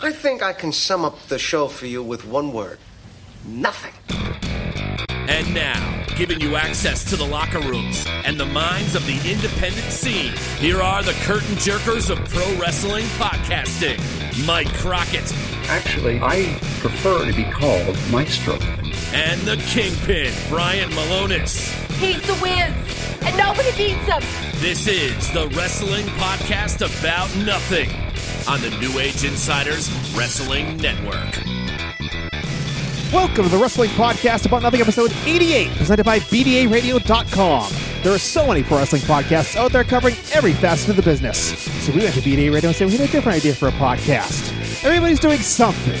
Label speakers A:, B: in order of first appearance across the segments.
A: I think I can sum up the show for you with one word nothing.
B: And now, giving you access to the locker rooms and the minds of the independent scene, here are the curtain jerkers of pro wrestling podcasting Mike Crockett
C: Actually, I prefer to be called Maestro.
B: and the kingpin, Brian Malonis.
D: He's the whiz, and nobody beats him.
B: This is the Wrestling Podcast About Nothing on the New Age Insiders Wrestling Network.
E: Welcome to the Wrestling Podcast About Nothing, episode 88, presented by BDARadio.com. There are so many pro wrestling podcasts out there covering every facet of the business. So we went to BDA Radio and said, we need a different idea for a podcast. Everybody's doing something.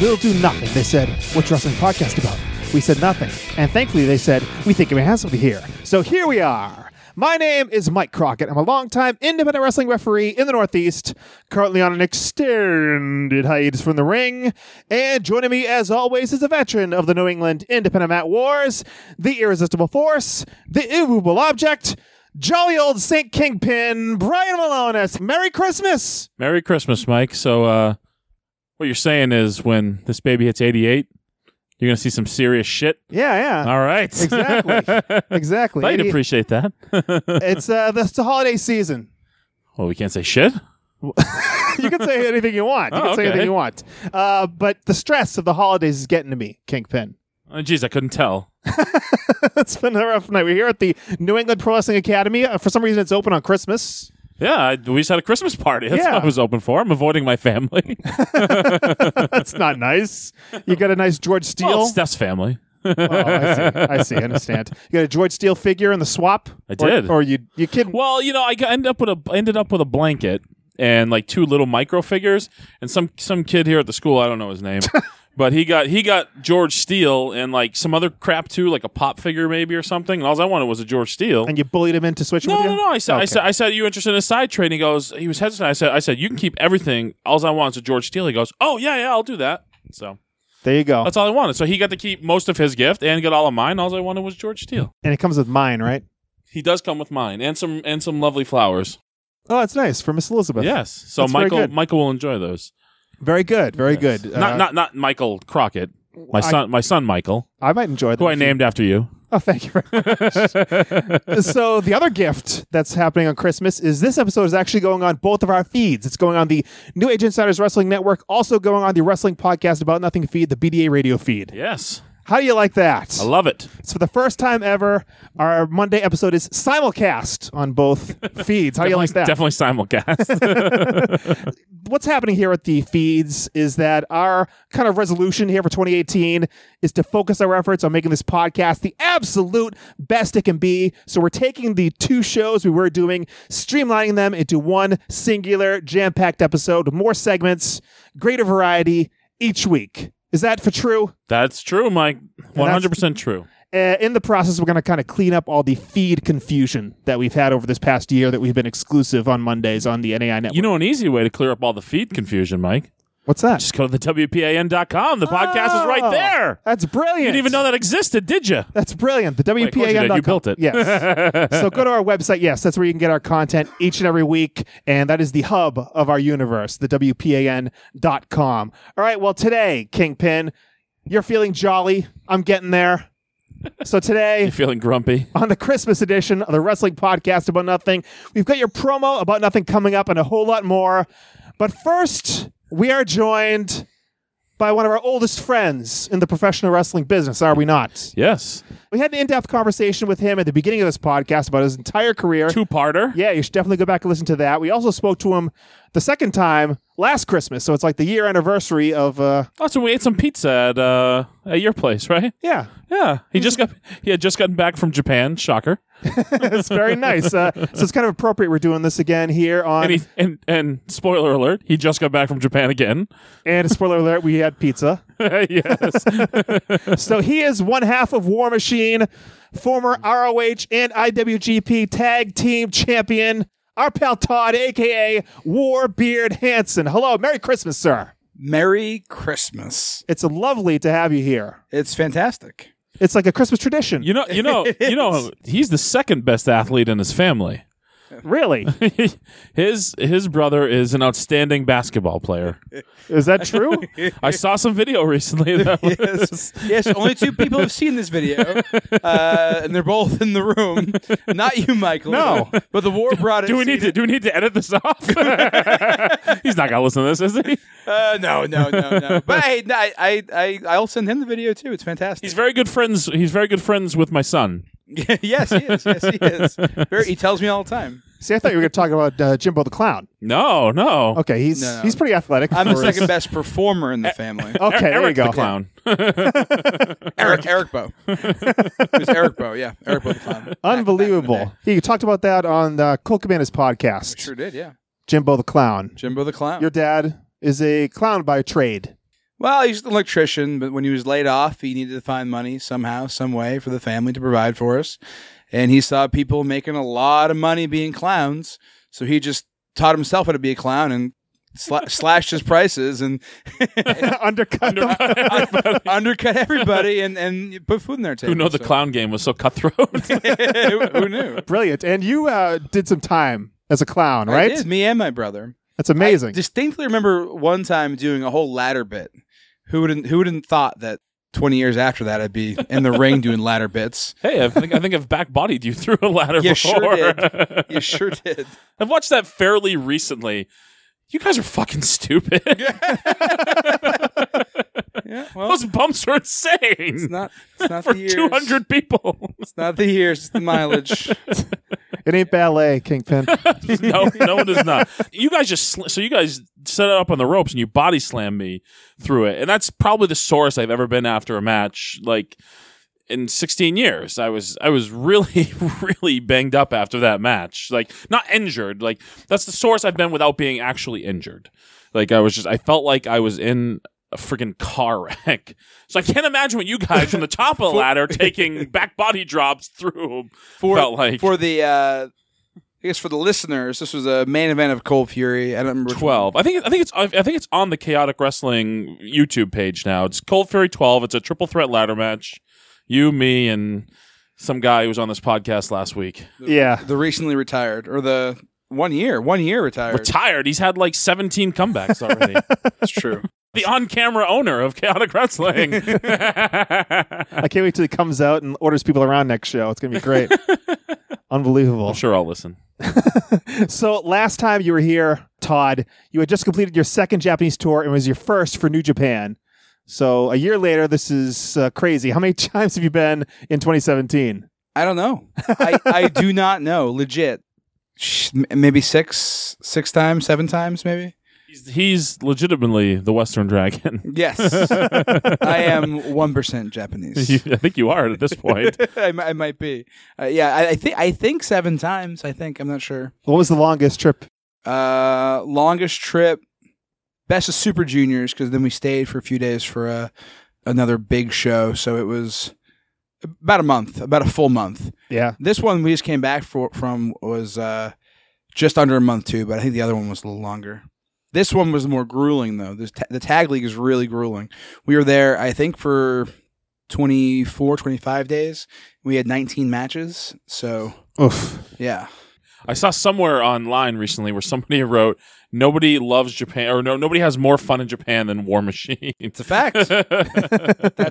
E: We'll do nothing. They said, what's wrestling podcast about? We said nothing. And thankfully, they said, we think we have something here. So here we are. My name is Mike Crockett. I'm a longtime independent wrestling referee in the Northeast, currently on an extended hiatus from the ring. And joining me, as always, is a veteran of the New England Independent Mat Wars, the irresistible force, the immovable object, jolly old Saint Kingpin, Brian Malonis. Merry Christmas!
F: Merry Christmas, Mike. So, uh, what you're saying is when this baby hits 88, you're going to see some serious shit.
E: Yeah, yeah.
F: All right.
E: Exactly. Exactly.
F: I'd appreciate that.
E: it's uh, that's the holiday season.
F: well, we can't say shit.
E: you can say anything you want. You
F: Oh,
E: can say
F: okay.
E: anything you want. Uh, but the stress of the holidays is getting to me, Kingpin.
F: Oh, Jeez, I couldn't tell.
E: it's been a rough night. We're here at the New England Pro Wrestling Academy. Uh, for some reason, it's open on Christmas.
F: Yeah, I, we just had a Christmas party. That's
E: Yeah.
F: what I was open for. I'm avoiding my family.
E: That's not nice. You got a nice George Steele.
F: well, it's Steph's family.
E: oh, I see. I see. I understand. You got a George Steele figure in the swap.
F: I
E: Or-
F: did.
E: Or, you you kidding?
F: Well, you know, I got- ended up with a I ended up with a blanket and like two little micro figures and some some kid here at the school, I don't know his name. But he got he got George Steele and like some other crap too, like a pop figure maybe or something. And all I wanted was a George Steele.
E: And you bullied him into switching
F: no,
E: with you?
F: no, no. I said, I
E: Okay.
F: said, I said, you interested in a side trade? And he goes, he was hesitant. I said, I said, you can keep everything. All I want is a George Steele. He goes, oh yeah, yeah, I'll do that. So
E: There you go.
F: that's all I wanted. So he got to keep most of his gift and got all of mine. All I wanted was George Steele.
E: and it comes with mine, right?
F: He does come with mine and some and some lovely flowers.
E: Oh, that's nice for Miss Elizabeth.
F: Yes. So
E: That's very
F: Michael
E: good.
F: Michael will enjoy those.
E: Very good. Very good. Uh,
F: not not not Michael Crockett. My
E: I-
F: son my son Michael,
E: I might enjoy that.
F: who I named after you.
E: Oh, thank you very much. so the other gift that's happening on Christmas is this episode is actually going on both of our feeds. It's going on the New Age Insiders Wrestling Network, also going on the Wrestling Podcast About Nothing feed, the BDA radio feed.
F: Yes.
E: How do you like that?
F: I love it.
E: So for the first time ever, our Monday episode is simulcast on both feeds. How do you like that?
F: Definitely simulcast.
E: what's happening here at the feeds is that our kind of resolution here for 2018 is to focus our efforts on making this podcast the absolute best it can be. So we're taking the two shows we were doing, streamlining them into one singular jam packed episode, more segments, greater variety each week. Is that for true?
F: That's true, Mike. One hundred percent true.
E: uh, in the process, we're going to kind of clean up all the feed confusion that we've had over this past year that we've been exclusive on Mondays on the NAI network.
F: You know an easy way to clear up all the feed confusion, Mike?
E: What's that?
F: Just go to the WPAN.com. The podcast is right
E: Oh,
F: there.
E: That's brilliant.
F: You didn't even know that existed, did you?
E: That's brilliant. The
F: of course you
E: WPAN.
F: did. You built it.
E: Yes. so go to our website. Yes, that's where you can get our content each and every week. And that is the hub of our universe, the WPAN.com. All right. Well, today, Kingpin, you're feeling jolly. I'm getting there. So today,
F: You feeling grumpy?
E: on the Christmas edition of the Wrestling Podcast About Nothing. We've got your promo about nothing coming up and a whole lot more. But first, we are joined by one of our oldest friends in the professional wrestling business, are we not?
F: Yes.
E: We had an in depth conversation with him at the beginning of this podcast about his entire career.
F: Two parter.
E: Yeah, you should definitely go back and listen to that. We also spoke to him the second time last Christmas. So it's like the year anniversary of, uh,
F: Also, we ate some pizza at uh, at your place, right?
E: yeah,
F: Yeah.
E: Mm-hmm.
F: He just got he had just gotten back from Japan. Shocker.
E: it's very nice. Uh, so it's kind of appropriate we're doing this again here on.
F: And he and and spoiler alert, he just got back from Japan again.
E: and spoiler alert, we had pizza.
F: yes.
E: So he is one half of War Machine, former ROH and IWGP tag team champion, our pal Todd, aka Warbeard Hansen. Hello, Merry Christmas, sir.
G: Merry Christmas.
E: It's lovely to have you here.
G: It's fantastic.
E: It's like a Christmas tradition.
F: You know, you know, you know. He's the second best athlete in his family.
H: Really?
F: his his brother is an outstanding basketball player.
H: Is that true?
F: I saw some video recently. That was,
G: yes. yes, only two people have seen this video, uh, and they're both in the room. Not you, Michael.
H: No.
G: but the war brought it.
F: Do we need to do we need to edit this off? He's not gonna listen to this, is he?
G: Uh, no, no, no, no. But hey, no, I, I, I, I'll send him the video too. It's fantastic.
F: He's very good friends. He's very good friends with my son.
G: yes, he is. Yes, he is. Very, he tells me all the time.
H: See, I thought you were going to talk about uh, Jimbo the Clown.
F: No, no.
H: Okay, he's
G: No.
H: he's pretty athletic.
G: I'm the
H: for his-
G: second best performer
F: E-,
G: in the family.
H: Okay,
F: Eric
H: there you go.
F: the clown.
G: Eric, Eric Bo. It was Eric Bo. Yeah, Eric Bo the clown. Back- back in the day.
H: Unbelievable. He talked about that on the Cool Commanders podcast.
G: Sure did. Yeah,
H: Jimbo the Clown.
G: Jimbo the clown.
H: Your dad is a clown by trade.
G: Well, he's an electrician, but when he was laid off, he needed to find money somehow, some way for the family to provide for us. And he saw people making a lot of money being clowns, so he just taught himself how to be a clown and sla- slashed his prices and
H: Undercut. them.
G: undercut everybody and, and put food in their table.
F: Who know the
G: So-
F: clown game was so cutthroat?
G: who, who knew?
H: Brilliant. And you uh, did some time as a clown, right?
G: I did, me and my brother.
H: That's amazing.
G: I distinctly remember one time doing a whole ladder bit. Who wouldn't? Who wouldn't thought that twenty years after that I'd be in the ring doing ladder bits?
F: hey, I think I think I've back bodied you through a ladder
G: You
F: before.
G: sure did. You sure did.
F: I've watched that fairly recently. You guys are fucking stupid.
G: Yeah. Well,
F: Those
G: it's
F: bumps were insane.
G: not. It's not
F: for
G: the years.
F: two hundred people.
G: It's not the years. It's the mileage.
H: it ain't ballet, Kingpin.
F: no, no, it is not. You guys just sl- so you guys set it up on the ropes and you body slam me through it, and that's probably the source I've ever been after a match. Like in 16 years, I was I was really really banged up after that match. Like not injured. Like that's the source I've been without being actually injured. Like I was just I felt like I was in. A freaking car wreck. So I can't imagine what you guys from the top of the ladder taking back body drops through
G: For
F: felt like.
G: for the. Uh, I guess for the listeners, this was a main event of Cold Fury. I don't remember. which one.
F: 12. I think I think it's I think it's on the Chaotic Wrestling YouTube page now. It's Cold Fury 12. It's a triple threat ladder match. You, me, and some guy who was on this podcast last week.
H: yeah.
G: The recently retired, or the one year, one year retired.
F: Retired. He's had like 17 comebacks already.
G: That's true.
F: the on-camera owner of Chaotic Wrestling. I'm
H: I can't wait till he comes out and orders people around next show. It's going to be great. Unbelievable.
F: sure I'll listen.
H: So last time you were here, Todd, you had just completed your second Japanese tour and was your first for New Japan. So a year later, this is uh, crazy. How many times have you been in 2017?
G: I don't know. I, I do not know. Legit. Sh- m- Maybe six, six times, seven times, maybe.
F: He's, he's legitimately the Western Dragon.
G: Yes, I am one percent
F: You-
G: Japanese.
F: I think you are at this point.
G: I, mi- I might be. Uh, yeah, I, I think I think seven times. I think I'm not sure.
H: What was the longest trip?
G: Uh, longest trip, best of Super Juniors, because then we stayed for a few days for uh, another big show. So it was about a month, about a full month.
H: Yeah,
G: This one we just came back for, from was uh, just under a month too, but I think the other one was a little longer. This one was more grueling though. This ta- the tag league is really grueling. We were there, I think, for 24, 25 days. We had 19 matches. So,
H: oof.
G: yeah.
F: I saw somewhere online recently where somebody wrote, "Nobody loves Japan, or no, nobody has more fun in Japan than War Machine."
G: It's a fact. That's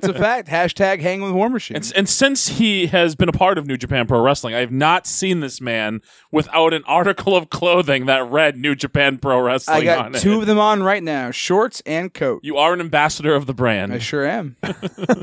G: a fact. Hashtag hang with War Machine.
F: And, and since he has been a part of New Japan Pro Wrestling, I have not seen this man without an article of clothing that read New Japan Pro Wrestling
G: I
F: on
G: got
F: it.
G: two of them on right now shorts and coat.
F: You are an ambassador of the
G: I
F: brand.
G: sure am.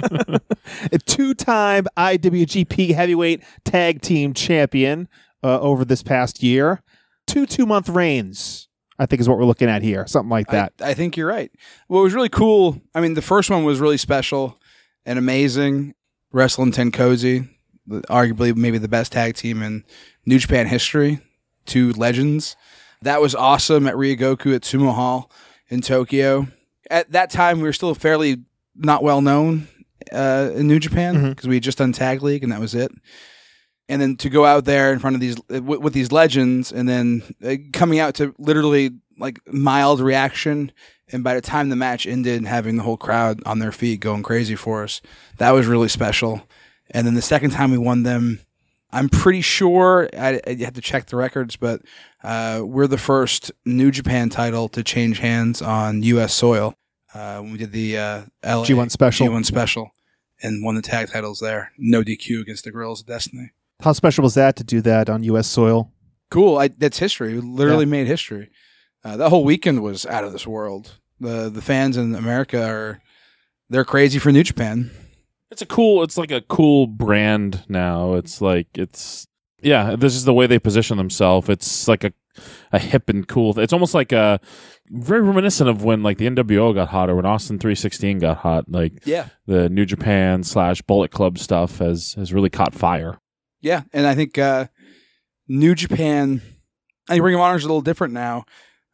H: A two-time IWGP Heavyweight Tag Team Champion uh, over this past year. Two two-month reigns, I think, is what we're looking at here. Something like
G: I,
H: that.
G: I think you're right. What was really cool, I mean, the first one was really special and amazing. Wrestling Tenkozy, the- arguably maybe the best tag team in New Japan history, two legends. That was awesome at Ryogoku at Sumo Hall in Tokyo. At that time, we were still fairly not well known uh, in New Japan because we had just done Tag League and that was it. And then to go out there in front of these with, with these legends, and then uh, coming out to literally like mild reaction, and by the time the match ended, having the whole crowd on their feet going crazy for us, that was really special. And then the second time we won them, I'm pretty sure I, I have to check the records, but uh, we're the first New Japan title to change hands on U.S. soil uh, when we did the uh, LA
E: G1 special.
G: G1 special, and won the tag titles there. No DQ against the Gorillas of Destiny.
E: How special was that to do that on U.S. soil?
G: Cool. I, that's history. We literally made history. Uh, that whole weekend was out of this world. The the fans in America are they're crazy for New Japan.
F: It's a cool. It's like a cool brand now. It's like it's yeah. This is the way they position themselves. It's like a a hip and cool. It's almost like a very reminiscent of when like the NWO got hot or when Austin three sixteen got hot. Like
G: Yeah.
F: the New Japan slash Bullet Club stuff has has really caught fire.
G: Yeah, and I think uh, New Japan, I think Ring of Honor is a little different now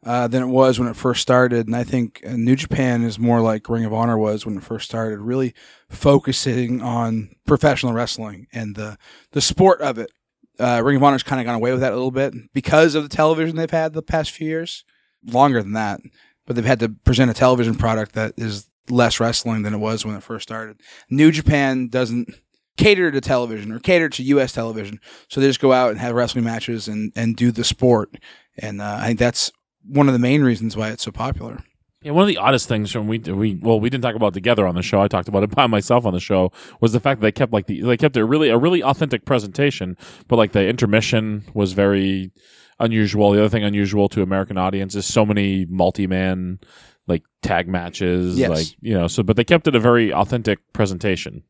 G: uh, than it was when it first started, and I think uh, New Japan is more like Ring of Honor was when it first started, really focusing on professional wrestling and the the sport of it. Uh, Ring of Honor's kind of gone away with that a little bit because of the television they've had the past few years, longer than that, but they've had to present a television product that is less wrestling than it was when it first started. New Japan doesn't cater to television or cater to U.S. television. So they just go out and have wrestling matches and, and do the sport. And uh, I think that's one of the main reasons why it's so popular.
F: Yeah, one of the oddest things from we we well we didn't talk about it together on the show. I talked about it by myself on the show was the fact that they kept like the they kept a really a really authentic presentation, but like the intermission was very unusual. The other thing unusual to American audiences so many multi man like tag matches,
G: Yes.
F: like you know. So, but they kept it a very authentic presentation.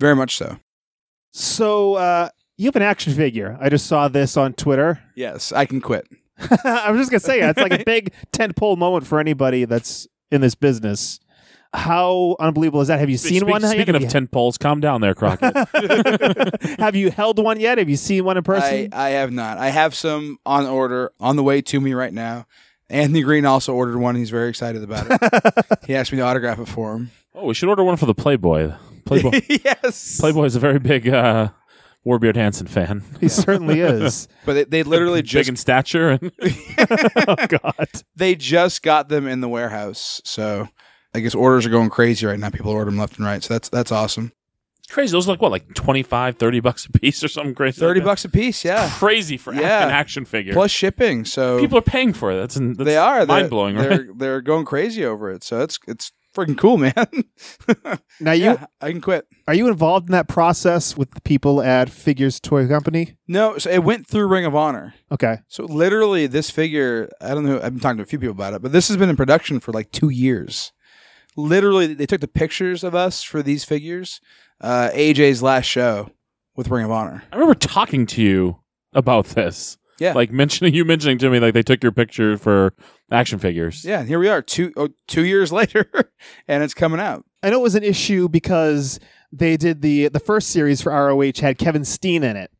G: Very much so.
E: So uh, you have an action figure. I just saw this on Twitter.
G: Yes, I can quit.
E: I was just gonna say it's like a big tentpole moment for anybody that's in this business. How unbelievable is that? Have you seen
F: Speak-
E: one? yet?
F: Speaking
E: Have
F: of
E: you-
F: tent poles, calm down there, Crockett.
E: have you held one yet? Have you seen one in
G: I,
E: person?
G: I have not. I have some on order on the way to me right now. Anthony Green also ordered one. He's very excited about it. he asked me to autograph it for him.
F: oh, we should order one for the Playboy. Playboy
G: yes.
F: Playboy is a very big uh, Warbeard Hanson fan.
E: he certainly is.
G: But they, they literally
F: big
G: just
F: in stature and
E: oh God!
G: they just got them in the warehouse. So I guess orders are going crazy right now. People order them left and right. So that's that's awesome.
F: crazy. Those are like what, like 25, 30 bucks a piece or something crazy. like
G: 30
F: that?
G: bucks a piece, yeah.
F: Crazy for
G: Yeah.
F: an action figure.
G: plus shipping. So
F: people are paying for it. That's, that's
G: they are
F: mind blowing,
G: They're,
F: right?
G: they're they're going crazy over it. So it's it's freaking cool, man.
E: Now you
G: yeah, I can quit.
E: are you involved in that process with the people at Figures Toy Company?
G: No, so it went through Ring of Honor.
E: Okay,
G: So literally, this figure, I don't know. I've been talking to a few people about it, but this has been in production for like two years. Literally, they took the pictures of us for these figures. Uh, AJ's last show with Ring of Honor.
F: I remember talking to you about this.
G: Yeah.
F: Like mentioning you mentioning to me like they took your picture for action figures.
G: Yeah, and here we are, two oh, two years later, and it's coming out.
E: I know it was an issue because they did the the first series for ROH had Kevin Steen in it,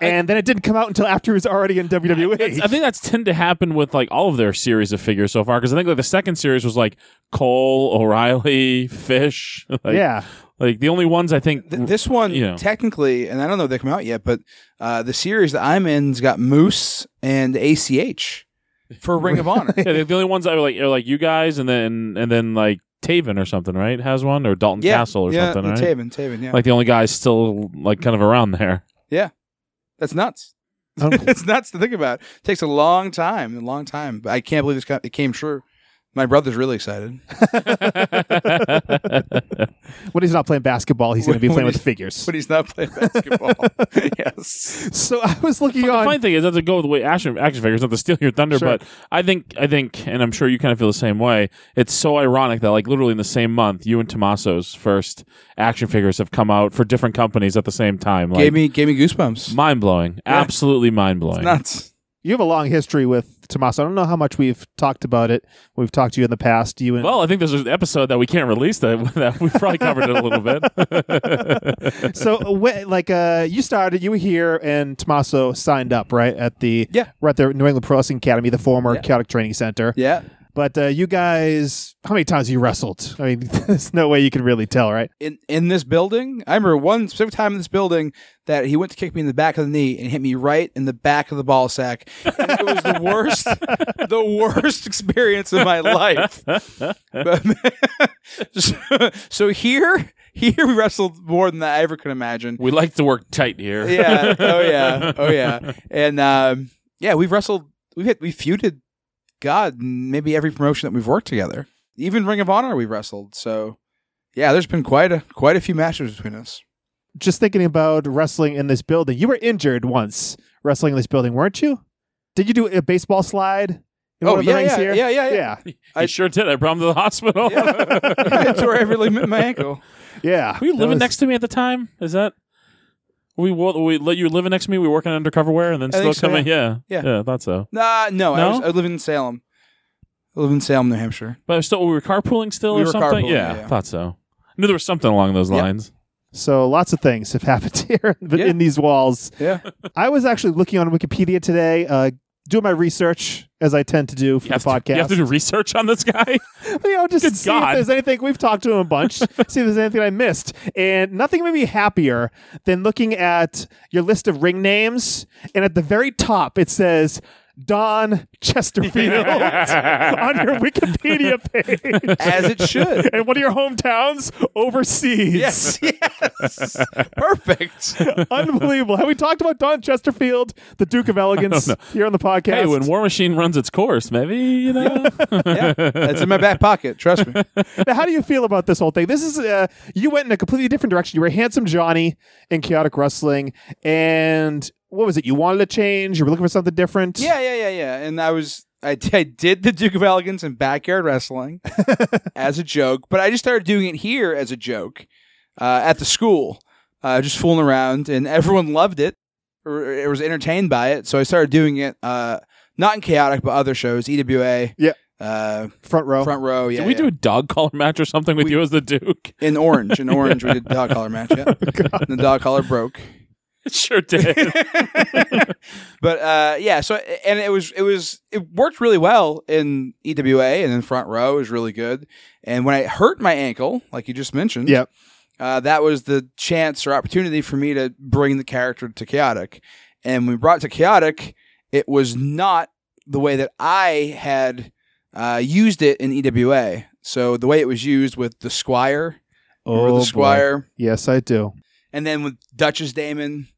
E: and then it didn't come out until after he was already in E. WWE.
F: That's- I think that's tend to happen with like all of their series of figures so far because I think like the second series was like Cole, O'Reilly, Fish. Like,
E: yeah,
F: like the only ones I think
G: Th- this one,
F: you know.
G: technically, and I don't know if they come out yet, but uh, the series that I'm in's got Moose and ACH for Ring of Honor.
F: yeah, the, the only ones I like are like you guys, and then and then like Taven or something, right? Has one or Dalton
G: yeah,
F: Castle or
G: yeah,
F: something,
G: and
F: right?
G: Taven, Taven, yeah,
F: Like the only guys still like kind of around there.
G: that's nuts.
E: Unbelievable.
G: it's nuts to think about. It takes a long time, a long time, but I can't believe it's got, it came true. My brother's really excited.
E: when he's not playing basketball, he's going to be
G: When
E: playing with the
G: he's-
E: figures.
G: But he's not playing basketball. yes.
E: So I was looking
F: The funny
E: on.
F: thing is, not to go with the way action action figures, not to steal your thunder,
E: Sure.
F: but I think I think, and I'm sure you kind of feel the same way. It's so ironic that like literally in the same month, you and Tommaso's first action figures have come out for different companies at the same time. Like
G: Gave me gave me goosebumps.
F: mind blowing, absolutely mind blowing.
G: nuts.
E: You have a long history with Tommaso. I don't know how much we've talked about it. We've talked to you in the past. You and
F: Well, I think there's an episode that we can't release that, that we probably covered it a little bit.
E: so uh, wh- like uh, you started. You were here, and Tommaso signed up right at the
G: Yeah.
E: right at the New England Pro Wrestling Academy, the former Chaotic Training Center.
G: Yeah.
E: But uh, you guys, how many times you wrestled? I mean, there's no way you can really tell, right?
G: in in this building. I remember one specific time in this building that he went to kick me in the back of the knee and hit me right in the back of the ball sack. And it was the worst, the worst experience of my life. But- so, so here Here we wrestled more than I ever could imagine.
F: We like to work tight here.
G: yeah. Oh yeah. Oh yeah. And um, yeah, we've wrestled. We've hit. We feuded. God, maybe every promotion that we've worked together, even Ring of Honor, we've wrestled. So, yeah, there's been quite a quite a few matches between us.
E: Just thinking about wrestling in this building. You were injured once wrestling in this building, weren't you? Did you do a baseball slide? in
G: Oh,
E: one of the
G: yeah,
E: rings
G: yeah,
E: here?
G: yeah, yeah, yeah.
E: yeah,
F: I
G: I-
F: sure did. I brought him to the hospital.
G: I tore every ligament in my ankle.
E: yeah.
F: Were you
E: That
F: living
E: was-
F: next to me at the time? Is that we wa- we let you were living next to me? We were working undercover wear and then
G: I
F: still
G: think so,
F: coming? Yeah.
G: Yeah.
F: yeah, I thought so.
G: Nah, no,
F: No?
G: I, was, I live in Salem. I live in Salem, New Hampshire.
F: But still, we were carpooling still
G: We
F: or
G: were
F: something.
G: carpooling,
F: yeah,
G: yeah.
F: thought so. I knew there was something along those
G: Yeah.
F: lines.
E: So lots of things have happened here in
G: Yeah.
E: these walls.
G: Yeah,
E: I was actually looking on Wikipedia today, uh, doing my research as I tend to do for
F: You have,
E: the
F: to,
E: podcast.
F: you have to do research on this guy.
E: you know, just
F: Good
E: see
F: God.
E: if there's anything we've talked to him a bunch, see if there's anything I missed. And nothing made me happier than looking at your list of ring names, and at the very top it says Don Chesterfield on your Wikipedia page.
G: as it should.
E: And one of your hometowns overseas.
G: yes, yes, perfect.
E: Unbelievable. Have we talked about Don Chesterfield, the Duke of Elegance, here on the podcast?
F: hey, when War Machine runs its course, maybe you know.
G: Yeah, that's in my back pocket. Trust me.
E: Now, how do you feel about this whole thing? This is uh, you went in a completely different direction. You were handsome Johnny in chaotic wrestling, and what was it? You wanted a change. You were looking for something different.
G: Yeah, yeah, yeah, yeah. And I was, I did- I did the Duke of Elegance and backyard wrestling as a joke, but I just started doing it here as a joke uh, at the school, uh, just fooling around, and everyone loved it or, or was entertained by it. So I started doing it, uh, not in chaotic, but other shows, EWA,
E: Yeah.
G: uh,
E: front row.
G: front row, yeah,
F: Did we
G: yeah.
F: do a dog collar match or something with
G: We-
F: you as the Duke?
G: in orange, in orange, we did the dog collar match, yeah,
E: Oh,
G: and the dog collar broke.
F: sure did.
G: But uh, yeah, so and it was it was it worked really well in EWA and in front row it was really good. And when I hurt my ankle, like you just mentioned,
E: Yep.
G: uh, that was the chance or opportunity for me to bring the character to chaotic. And when we brought it to chaotic, it was not the way that I had uh, used it in EWA. So the way it was used with the Squire,
F: Oh,
G: or
E: Oh, boy.
G: the Squire
E: Yes, I do.
G: and then with Duchess Damon,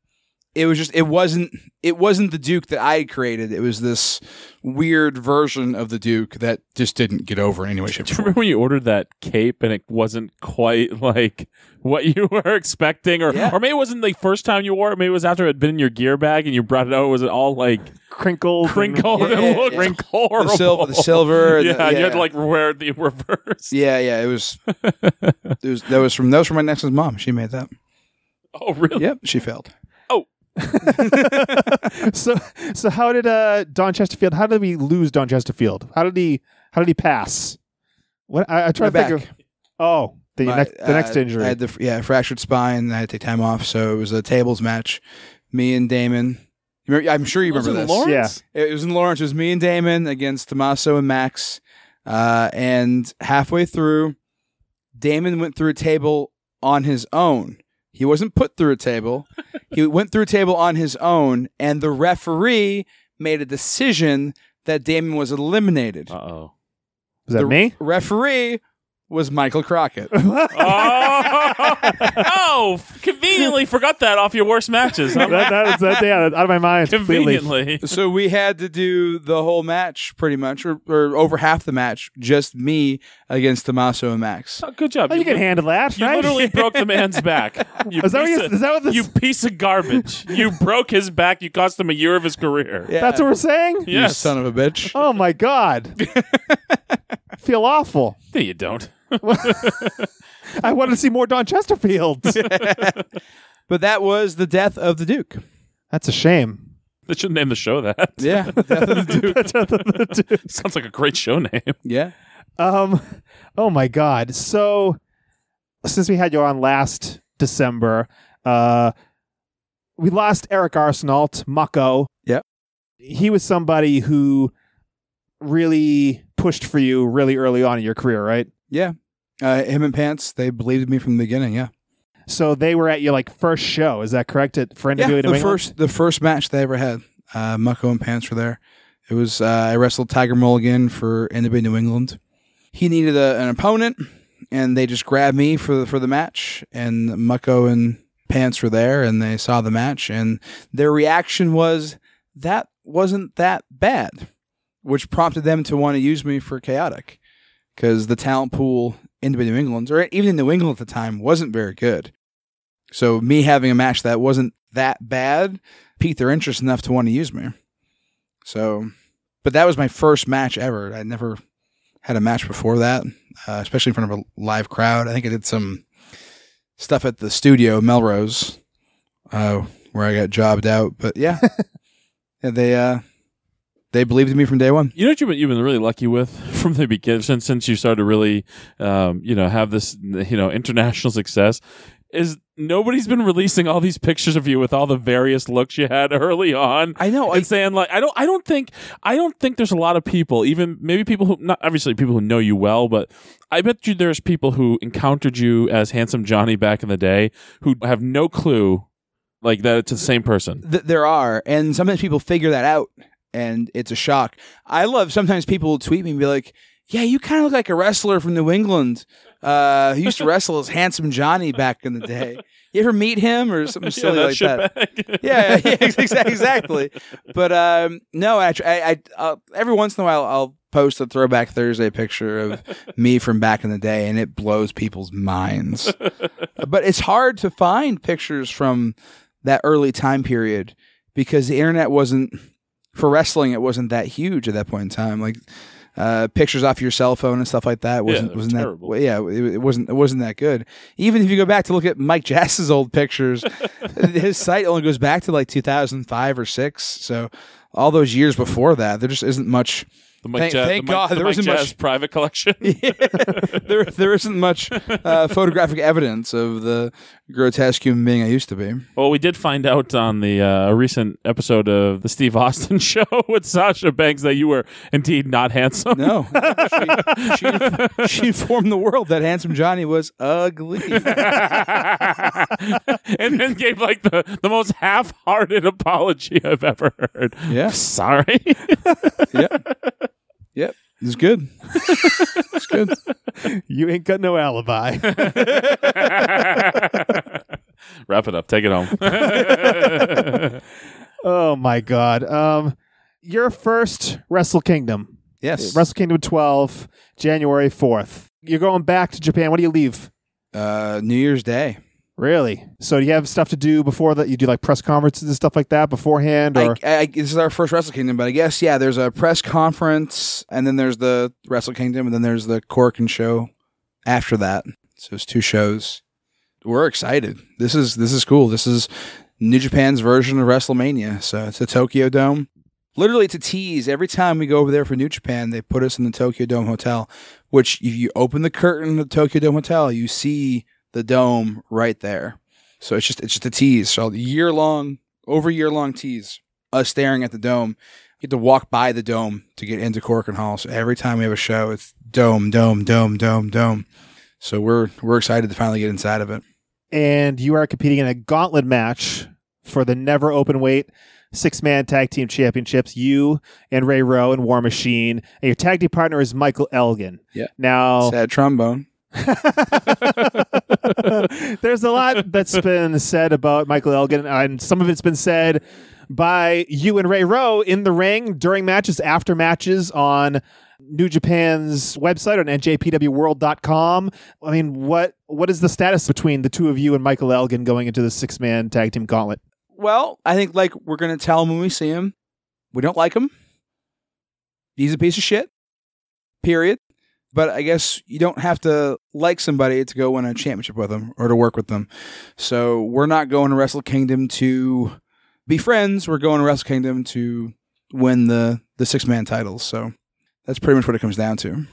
G: it was just it wasn't it wasn't the Duke that I had created. It was this weird version of the Duke that just didn't get over in any way, shape, or
F: Do you
G: form.
F: remember when you ordered that cape and it wasn't quite like what you were expecting, or
G: Yeah.
F: or maybe it wasn't the first time you wore it. Maybe it was after it had been in your gear bag and you brought it out. Was it all like
E: Crinkled.
F: crinkled
G: Yeah,
F: and
G: yeah,
F: looked
G: yeah.
F: horrible?
G: The silver, the silver. and
F: yeah,
G: the-
F: you had to like wear the reverse.
G: Yeah, yeah, it was. it was that was from that was from my next mom. She made that.
F: Oh, really?
G: Yep, she failed.
E: so, so how did uh, Don Chesterfield? How did we lose Don Chesterfield? How did he? How did he pass? What I, I try
G: My
E: to think
G: back.
E: of. Oh, the
G: My-
E: next the next
G: uh,
E: injury.
G: I had the fr- yeah fractured spine. and I had to take time off, so it was a tables match. Me and Damon. You remember- I'm sure you
F: Was it
G: remember this.
F: Lawrence?
E: Yeah.
G: It was in Lawrence. It was me and Damon against Tommaso and Max. Uh, and halfway through, Damon went through a table on his own. He wasn't put through a table. he went through a table on his own, and the referee made a decision that Damon was eliminated.
F: Uh oh.
E: was that
G: the
E: me?
G: referee was Michael Crockett.
F: oh, conveniently forgot that off your worst matches. Huh?
E: that, that is that, yeah, that's out of my mind. completely.
F: conveniently.
G: so we had to do the whole match pretty much, or, or over half the match, just me against Tommaso and Max.
F: Oh, good job.
E: Oh, you can handle that,
F: You
E: right?
F: literally broke the man's back. You
E: Is that what
F: piece
E: you-
F: of,
E: is that what this-
F: you piece of garbage. You broke his back. You cost him a year of his career.
G: Yeah.
E: That's what we're saying.
G: You
F: Yes.
G: son of a bitch.
E: Oh my god. Feel awful.
F: No, you don't.
E: I want to see more Don Chesterfield.
G: But that was the death of the Duke.
E: That's a shame.
F: They should name the show that.
G: Yeah. death of the Duke.
F: Sounds like a great show name.
G: Yeah.
E: Um oh my god. So since we had you on last December, uh we lost Eric Arsenault, Mucko.
G: Yep.
E: He was somebody who really pushed for you really early on in your career, right?
G: Yeah. Uh, him and Pants, they believed in me from the beginning. Yeah.
E: So they were at your like first show, is that correct? At for
G: yeah
E: NWA New
G: the,
E: England?
G: first, the first match they ever had, uh, Mucko and Pants were there. It was, uh, I wrestled Tiger Mulligan for NWA New England. He needed a, an opponent, and they just grabbed me for the, for the match. And Mucko and Pants were there, and they saw the match, and their reaction was that wasn't that bad, which prompted them to want to use me for Chaotic because the talent pool in New England, or even in New England at the time, wasn't very good. So me having a match that wasn't that bad piqued their interest enough to want to use me. So, but that was my first match ever. I never had a match before that, uh, especially in front of a live crowd. I think I did some stuff at the studio Melrose, uh, where I got jobbed out. But yeah, Yeah, they uh, they believed in me from day one.
F: You know what you've been, you've been really lucky with from the beginning since since you started to really, um, you know, have this you know international success is nobody's been releasing all these pictures of you with all the various looks you had early on.
G: I know,
F: and
G: I-
F: saying like I don't I don't think I don't think there's a lot of people even maybe people who not obviously people who know you well, but I bet you there's people who encountered you as handsome Johnny back in the day who have no clue like that it's the same person.
G: Th- there are, and sometimes people figure that out, and it's a shock. I love sometimes people will tweet me and be like, "Yeah, you kind of look like a wrestler from New England. Uh, who used to wrestle as Handsome Johnny back in the day. You ever meet him or something silly like that?"
F: that.
G: yeah, yeah, ex- ex- exactly. But um, no, I, tr- I, I I'll, every once in a while I'll post a Throwback Thursday picture of me from back in the day, and it blows people's minds. but it's hard to find pictures from that early time period because the internet wasn't for wrestling. It wasn't that huge at that point in time. Like. Uh, pictures off your cell phone and stuff like that wasn't
F: they're
G: wasn't that
F: terrible.
G: well, yeah it, it wasn't it wasn't that good even if you go back to look at mike jass's old pictures his site only goes back to like 2005 or 6 so all those years before that there just isn't much
F: The Mike
G: Thank-
F: Ja-
G: thank
F: the Mike-
G: God
F: the
G: there
F: Mike
G: isn't much-
F: Jazz private collection.
G: there there isn't much uh, photographic evidence of the grotesque human being i used to be
F: Well, we did find out on the uh, recent episode of the Steve Austin show with Sasha Banks that you were indeed not handsome.
G: no she, she, she informed the world that handsome johnny was ugly
F: and then gave like the, the most half hearted apology I've ever heard.
G: Yeah.
F: Sorry.
G: yep it's good it's good
E: You ain't got no alibi.
F: Wrap it up. Take it home.
E: oh my god. Um, your first Wrestle Kingdom,
G: yes
E: Wrestle Kingdom 12, January 4th. You're going back to Japan. When do you leave?
G: uh, new year's day
E: Really? So do you have stuff to do before that? You do like press conferences and stuff like that beforehand, or
G: I, I, this is our first Wrestle Kingdom, but I guess yeah, there's a press conference, and then there's the Wrestle Kingdom, and then there's the Corkin show after that. So it's two shows. We're excited. This is this is cool. This is New Japan's version of WrestleMania. So it's a Tokyo Dome. Literally, to tease, every time we go over there for New Japan, they put us in the Tokyo Dome Hotel, which if you open the curtain of the Tokyo Dome Hotel, you see the dome right there. So it's just it's just a tease. So year long, over year long tease us staring at the dome. You have to walk by the dome to get into Corkin Hall. So every time we have a show, it's dome, dome, dome, dome, dome. So we're we're excited to finally get inside of it.
E: and you are competing in a gauntlet match for the never open weight six man tag team championships. You and Ray Rowe and War Machine, and your tag team partner is Michael Elgin.
G: Yeah.
E: Now
G: Sad trombone.
E: There's a lot that's been said about Michael Elgin, and some of it's been said by you and Ray Rowe in the ring during matches, after matches on New Japan's website on njpwworld.com. I mean, what what is the status between the two of you and Michael Elgin going into the six man tag team gauntlet?
G: Well, I think like we're gonna tell him when we see him. We don't like him. He's a piece of shit. Period. But I guess you don't have to like somebody to go win a championship with them or to work with them. So we're not going to Wrestle Kingdom to be friends. We're going to Wrestle Kingdom to win the the six man titles. So that's pretty much what it comes down to.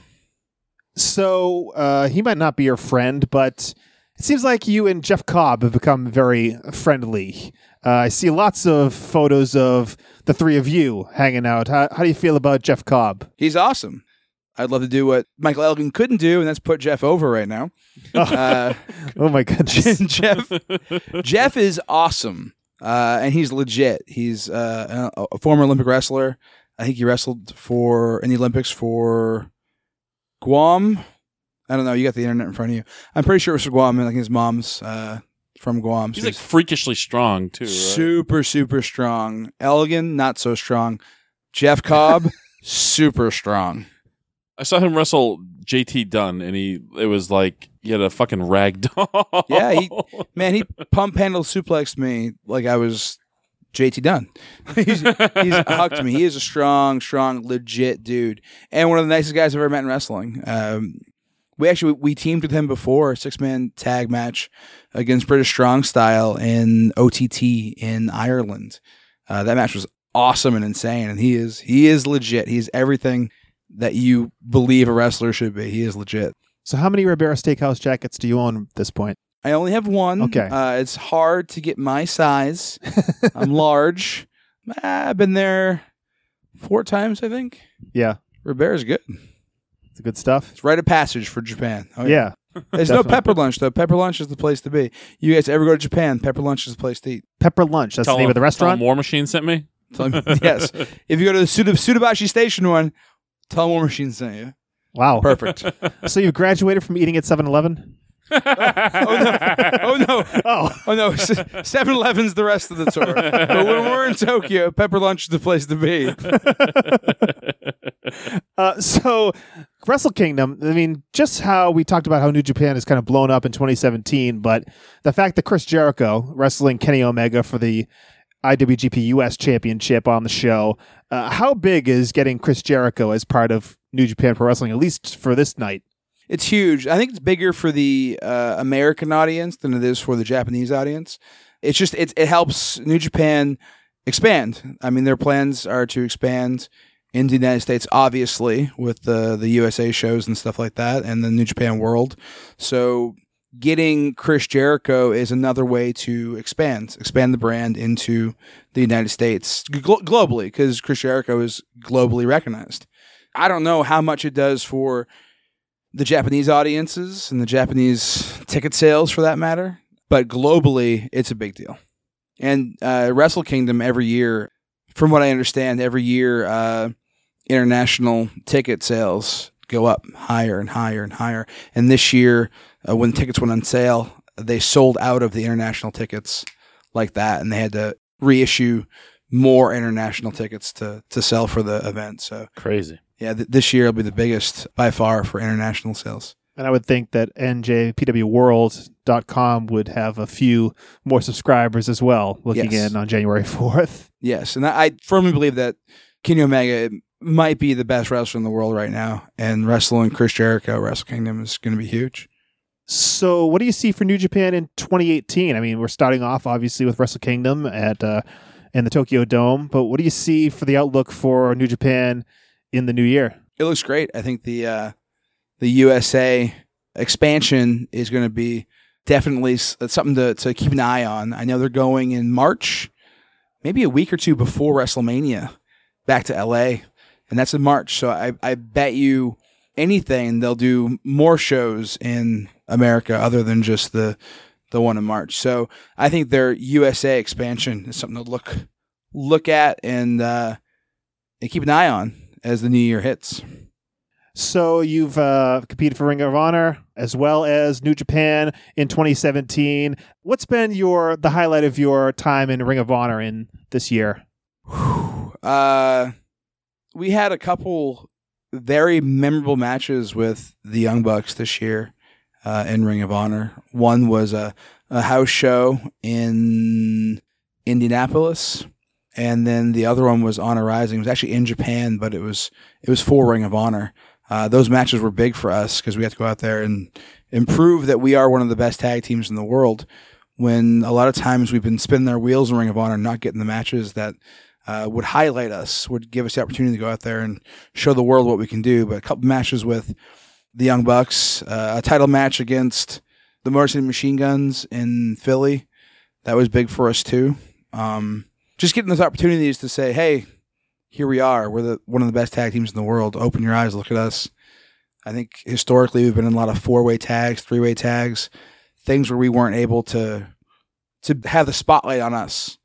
E: So uh, he might not be your friend, but it seems like you and Jeff Cobb have become very friendly. Uh, I see lots of photos of the three of you hanging out. How, how do you feel about Jeff Cobb?
G: He's awesome. I'd love to do what Michael Elgin couldn't do, and that's put Jeff over right now. Uh,
E: Oh my goodness!
G: Jeff Jeff is awesome, uh, and he's legit. He's uh, a, a former Olympic wrestler. I think he wrestled for in the Olympics for Guam I don't know. You got the internet in front of you. I'm pretty sure it was Guam. I think his mom's uh, from Guam. so
F: He's like freakishly strong too. Right?
G: super, super strong. Elgin, not so strong. Jeff Cobb, super strong.
F: I saw him wrestle JT Dunn, and he it was like he had a fucking rag doll.
G: Yeah, he- Man, he pump handle suplexed me like I was JT Dunn. he's, he's hugged me. He is a strong, strong, legit dude, and one of the nicest guys I've ever met in wrestling. Um, we actually we teamed with him before six man tag match against British Strong Style in OTT in Ireland. Uh, that match was awesome and insane, and he is he is legit. He's everything that you believe a wrestler should be. He is legit.
E: So how many Ribera Steakhouse jackets do you own at this point?
G: I only have one.
E: Okay.
G: Uh, it's hard to get my size. I'm large. Ah, I've been there four times, I think.
E: Yeah,
G: Ribera's good.
E: it's good stuff.
G: It's right of passage for Japan. Oh,
E: Yeah,
G: There's no
E: definitely.
G: pepper lunch, though. Pepper lunch is the place to be. You guys ever go to Japan? Pepper lunch is the place to eat.
E: Pepper Lunch. That's
F: Tell
E: the name
F: him-
E: of the
F: tell him
E: restaurant.
F: War Machine sent me.
G: Tell me, yes. If you go to the Tsuda- Tsudabashi Station one, tell them War Machine sent you.
E: Wow.
G: Perfect.
E: So you've graduated from eating at 7-Eleven?
G: oh, no.
E: Oh,
G: Oh, no. 7 Eleven's the rest of the tour. But when we're in Tokyo, pepper lunch is the place to be.
E: uh, so Wrestle Kingdom. I mean, just how we talked about how New Japan is kind of blown up in 2017, but the fact that Chris Jericho wrestling Kenny Omega for the IWGP US Championship on the show, uh, how big is getting Chris Jericho as part of New Japan Pro Wrestling, at least for this night?
G: It's huge. I think it's bigger for the uh, American audience than it is for the Japanese audience. It's just it it helps New Japan expand. I mean, their plans are to expand into the United States, obviously, with the the USA shows and stuff like that, and the New Japan World. So getting Chris Jericho is another way to expand expand the brand into the United States glo- globally because Chris Jericho is globally recognized. I don't know how much it does for the Japanese audiences and the Japanese ticket sales for that matter. But globally, it's a big deal. And uh, Wrestle Kingdom every year, from what I understand, every year uh, international ticket sales go up higher and higher and higher. And this year, uh, when tickets went on sale, they sold out of the international tickets like that, and they had to reissue more international tickets to to sell for the event. So
F: Crazy.
G: yeah, th- this year will be the biggest by far for international sales.
E: And I would think that njpwworld.com would have a few more subscribers as well looking
G: Yes.
E: in on January 4th.
G: Yes, and I, I firmly believe that Kenny Omega might be the best wrestler in the world right now, and wrestling Chris Jericho, Wrestle Kingdom is going to be huge.
E: So, what do you see for New Japan in 2018? I mean, we're starting off obviously with Wrestle Kingdom at uh, in the Tokyo Dome, but what do you see for the outlook for New Japan in the new year?
G: It looks great. I think the uh, the USA expansion is going to be definitely s- uh, something to, to keep an eye on. I know they're going in March, maybe a week or two before WrestleMania, back to LA, and that's in March. So I, I bet you anything they'll do more shows in America other than just the the one in March. So I think their USA expansion is something to look look at and uh, and keep an eye on as the new year hits.
E: So, you've uh, competed for Ring of Honor as well as New Japan in 2017. What's been your the highlight of your time in Ring of Honor in this year?
G: Uh, we had a couple very memorable matches with the Young Bucks this year uh, in Ring of Honor. One was a, a house show in Indianapolis, and then the other one was Honor Rising. It was actually in Japan, but it was it was for Ring of Honor. Uh, those matches were big for us because we had to go out there and and prove that we are one of the best tag teams in the world. When a lot of times we've been spinning our wheels in Ring of Honor, not getting the matches that uh, would highlight us, would give us the opportunity to go out there and show the world what we can do. But a couple matches with the Young Bucks, uh, a title match against the Mercenary Machine Guns in Philly, that was big for us too. Um, just getting those opportunities to say, "Hey, here we are. We're the one of the best tag teams in the world. Open your eyes, look at us." I think historically we've been in a lot of four-way tags, three-way tags, things where we weren't able to to have the spotlight on us.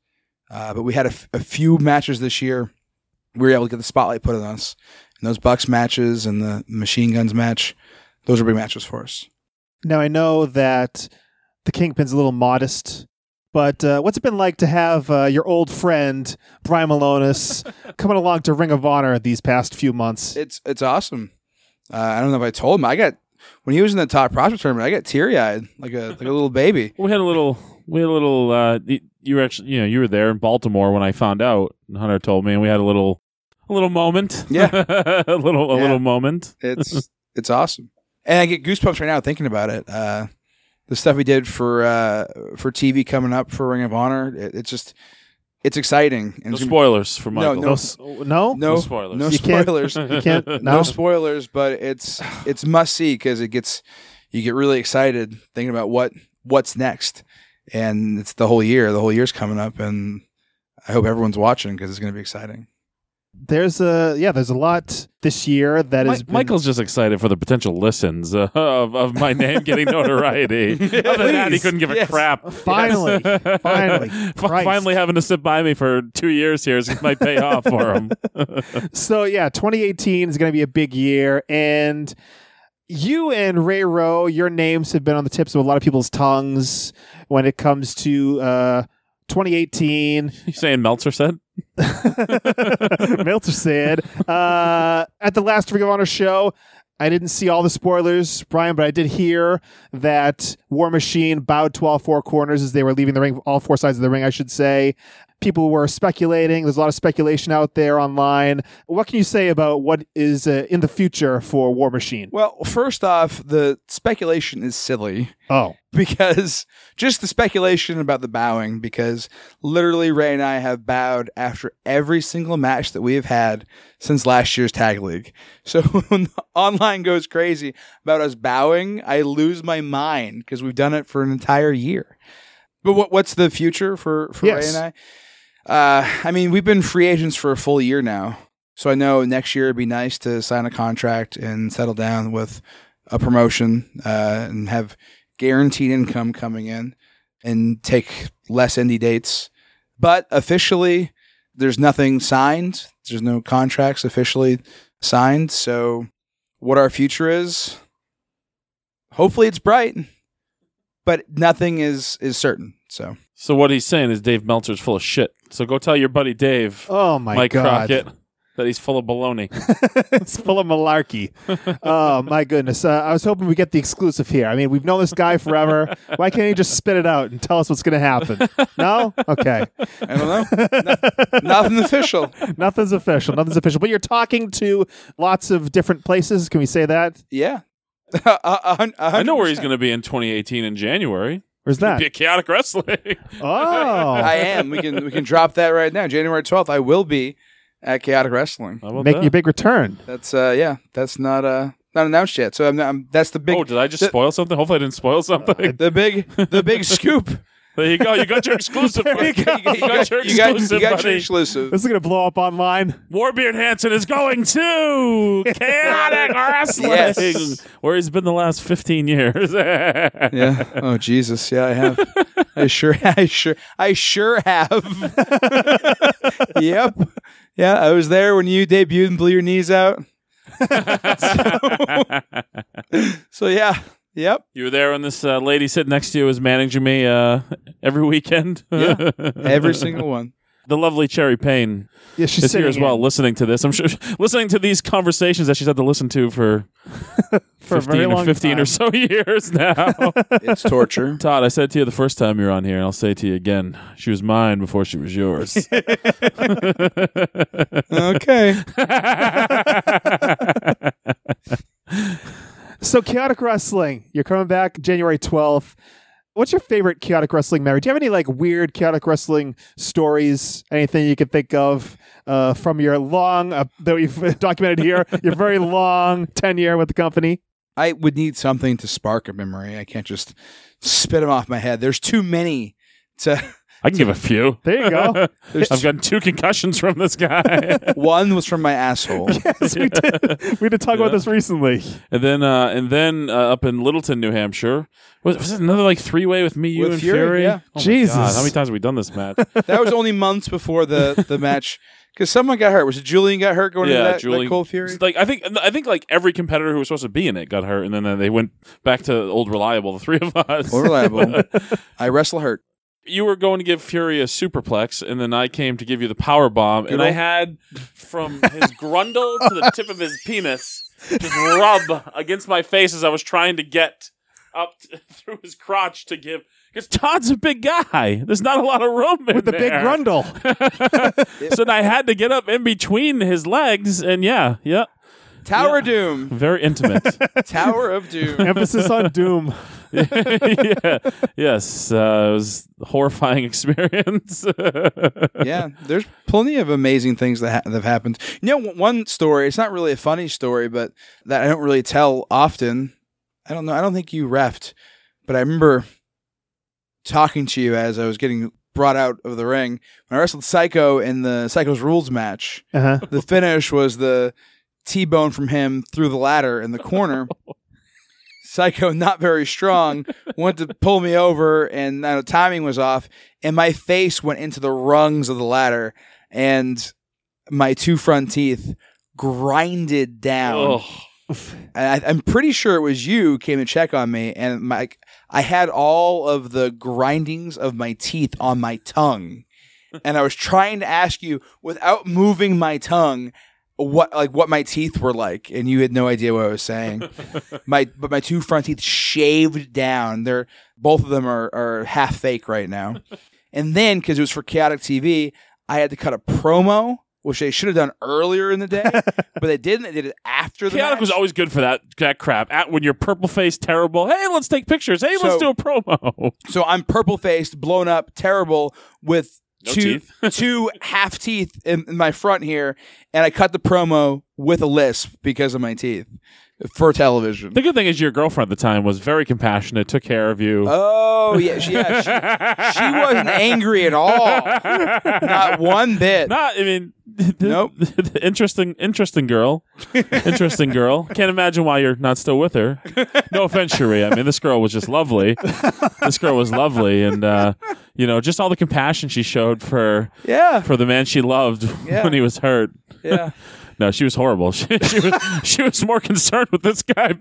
G: Uh, but we had a, f- a few matches this year. We were able to get the spotlight put on us. And those Bucks matches and the Machine Guns match, Those are big matches for us.
E: Now I know that the Kingpin's a little modest, but uh, what's it been like to have uh, your old friend Brian Malonis coming along to Ring of Honor these past few months?
G: It's it's awesome. Uh, I don't know if I told him. I got when he was in the top prospect tournament. I got teary eyed like a like a little baby.
F: We had a little. We had a little. Uh, y- you were actually, you know, you were there in Baltimore when I found out. and Hunter told me, and we had a little, a little moment.
G: Yeah.
F: a little, a
G: Yeah.
F: little moment.
G: It's it's awesome, and I get goosebumps right now thinking about it. Uh, the stuff we did for uh, for TV coming up for Ring of Honor. It, it's just it's exciting.
F: No
G: And it's gonna-
F: spoilers for Michael.
G: no.
E: No, s- no,
G: no,
F: No spoilers.
G: No
E: you can't.
G: spoilers.
E: You can't. No,
G: no spoilers, but it's it's must see because it gets you get really excited thinking about what what's next, and it's the whole year. The whole year's coming up, and I hope everyone's watching because it's going to be exciting.
E: there's a yeah. There's a lot this year that
F: Mi-
E: has been-
F: Michael's just excited for the potential listens uh, of, of my name getting notoriety. Other than that, he
G: Please.
F: couldn't give
G: Yes.
F: a crap.
E: Finally. Finally.
F: Fi-
E: Christ.
F: finally having to sit by me for two years here is, might pay off for him.
E: So yeah, 2018 is going to be a big year, and you and Ray Rowe, your names have been on the tips of a lot of people's tongues when it comes to uh, 2018.
F: you saying Meltzer said?
E: Meltzer said uh, at the last Ring of Honor show. I didn't see all the spoilers, Brian, but I did hear that War Machine bowed to all four corners as they were leaving the ring, all four sides of the ring, I should say. People were speculating. There's a lot of speculation out there online. What can you say about what is uh, in the future for War Machine?
G: Well, first off, the speculation is silly
E: Oh,
G: because just the speculation about the bowing because literally Ray and I have bowed after every single match that we have had since last year's tag league. So when the online goes crazy about us bowing, I lose my mind because we've done it for an entire year. But what what's the future for for
E: Yes.
G: Ray and I? Uh, I mean, we've been free agents for a full year now, so I know next year it'd be nice to sign a contract and settle down with a promotion uh, and have guaranteed income coming in and take less indie dates. But officially, there's nothing signed. There's no contracts officially signed. So, what our future is, hopefully, it's bright, but nothing is is certain. So,
F: So what he's saying is Dave Meltzer's full of shit. So go tell your buddy Dave,
E: oh my
F: Mike
E: God.
F: Crockett, that he's full of baloney.
E: it's full of malarkey. oh my goodness! Uh, I was hoping we get the exclusive here. I mean, we've known this guy forever. Why can't he just spit it out and tell us what's going to happen? No, okay,
G: I don't know. No- nothing official.
E: nothing's official. Nothing's official. But you're talking to lots of different places. Can we say that?
G: Yeah. A- a hun- a
F: I know where he's
G: hundred
F: going to be in 2018 in January.
E: Where's that?
F: Be a chaotic wrestling.
G: percent.
E: Oh,
G: I am. We can we can drop that right now. January twelfth, I will be at Chaotic Wrestling.
F: How about
E: making
F: that?
E: your big return.
G: That's uh yeah. That's not uh not announced yet. So I'm, not, I'm that's the big
F: oh, did I just
G: the- Uh,
F: spoil something? Hopefully, I didn't spoil something.
G: the big the big scoop.
F: there you go. You got your exclusive. buddy.
G: You got- you got-
F: your
G: you got-
F: exclusive,
G: you got your
F: buddy.
G: exclusive.
E: This is going to blow up online.
F: Warbeard Hanson is going to chaotic wrestling,
G: Yes.
F: where he's been the last 15 years.
G: Yeah. Oh Jesus. Yeah, I have. I sure. I sure. I sure have. yep. Yeah, I was there when you debuted and blew your knees out. So yeah. Yep.
F: you were there when this uh, lady sitting next to you was managing me uh, every weekend.
G: Yeah. Every single one.
F: the lovely Cherry Payne
E: Yeah, she's
F: is here
E: sitting
F: as well,
E: in
F: listening to this. I'm sure listening to these conversations that she's had to listen to for,
E: for a
F: 15,
E: very
F: or,
E: long
F: 15 or
E: time.
F: so years now.
G: It's torture.
F: Todd, I said to you the first time you were on here, and I'll say to you again: she was mine before she was yours.
G: okay.
E: So, chaotic wrestling. You're coming back January 12th. What's your favorite chaotic wrestling memory? Do you have any like weird chaotic wrestling stories? Anything you can think of uh, from your long uh, that we've documented here, your very long tenure with the company?
G: I would need something to spark a memory. I can't just spit them off my head. There's too many to.
F: I can give a few.
E: There you go.
G: There's
F: I've gotten two concussions from this guy.
G: one was from my asshole.
E: Yes, we did. We did talk about this recently.
F: and then, uh, and then uh, up in Littleton, New Hampshire, was, was it another like three way with me, you,
G: With
F: and
G: Fury,
F: Fury?
G: yeah.
F: Oh my
E: Jesus.
F: God, how many times have we done this match?
G: That was only months before the the match Because someone got hurt. Was it Julian got hurt going into that, that Cold Fury?
F: It's Like I think I think like every competitor who was supposed to be in it got hurt, and then uh, they went back to old reliable. The three of us.
G: More reliable. I wrestle hurt.
F: you were going to give Fury a superplex, and then I came to give you the power bomb, and I
G: old-
F: had from his grundle to the tip of his penis just rub against my face as I was trying to get up t- through his crotch to give. Because Todd's a big guy. There's not a lot of room in
E: with the big
F: there.
E: grundle.
F: so then I had to get up in between his legs, and yeah, yeah,
G: Tower of Doom.
F: very intimate.
G: Tower of Doom.
E: Emphasis on doom.
F: yeah. Yes, uh, it was a horrifying experience.
G: yeah, there's plenty of amazing things that, ha- that have happened. You know, one- one story. It's not really a funny story, but that I don't really tell often. I don't know. I don't think you refed, but I remember talking to you as I was getting brought out of the ring when I wrestled Psycho in the Psycho's Rules match.
E: Uh-huh.
G: the finish was the T-bone from him through the ladder in the corner. Psycho, not very strong, went to pull me over, and I know, timing was off, and my face went into the rungs of the ladder, and my two front teeth grinded down.
F: Ugh.
G: And I, I'm pretty sure it was you came to check on me, and my I had all of the grindings of my teeth on my tongue, and I was trying to ask you without moving my tongue what like what my teeth were like, and you had no idea what I was saying. my but my two front teeth shaved down. They're both of them are are half fake right now. And then because it was for Chaotic TV, I had to cut a promo. Which they should have done earlier in the day, but they didn't. They did it after the
F: Chaotic
G: match.
F: was always good for that that crap. At when you're purple faced, terrible. Hey, let's take pictures. Hey, let's
G: So-
F: do a promo.
G: So I'm purple faced, blown up, terrible with
F: No
G: two two half teeth in, in my front here, and I cut the promo with a lisp because of my teeth for television.
F: The good thing is your girlfriend at the time was very compassionate, took care of you.
G: Oh yeah, she, yeah, she, she wasn't angry at all, not one bit.
F: Not, I mean,
G: Nope.
F: interesting, interesting girl, interesting girl. Can't imagine why you're not still with her. No offense, Cherie. I mean, this girl was just lovely. This girl was lovely, and uh, you know, just all the compassion she showed for
G: Yeah,
F: for the man she loved
G: Yeah.
F: when he was hurt.
G: yeah.
F: No, she was horrible. She, she was she was more concerned with this guy,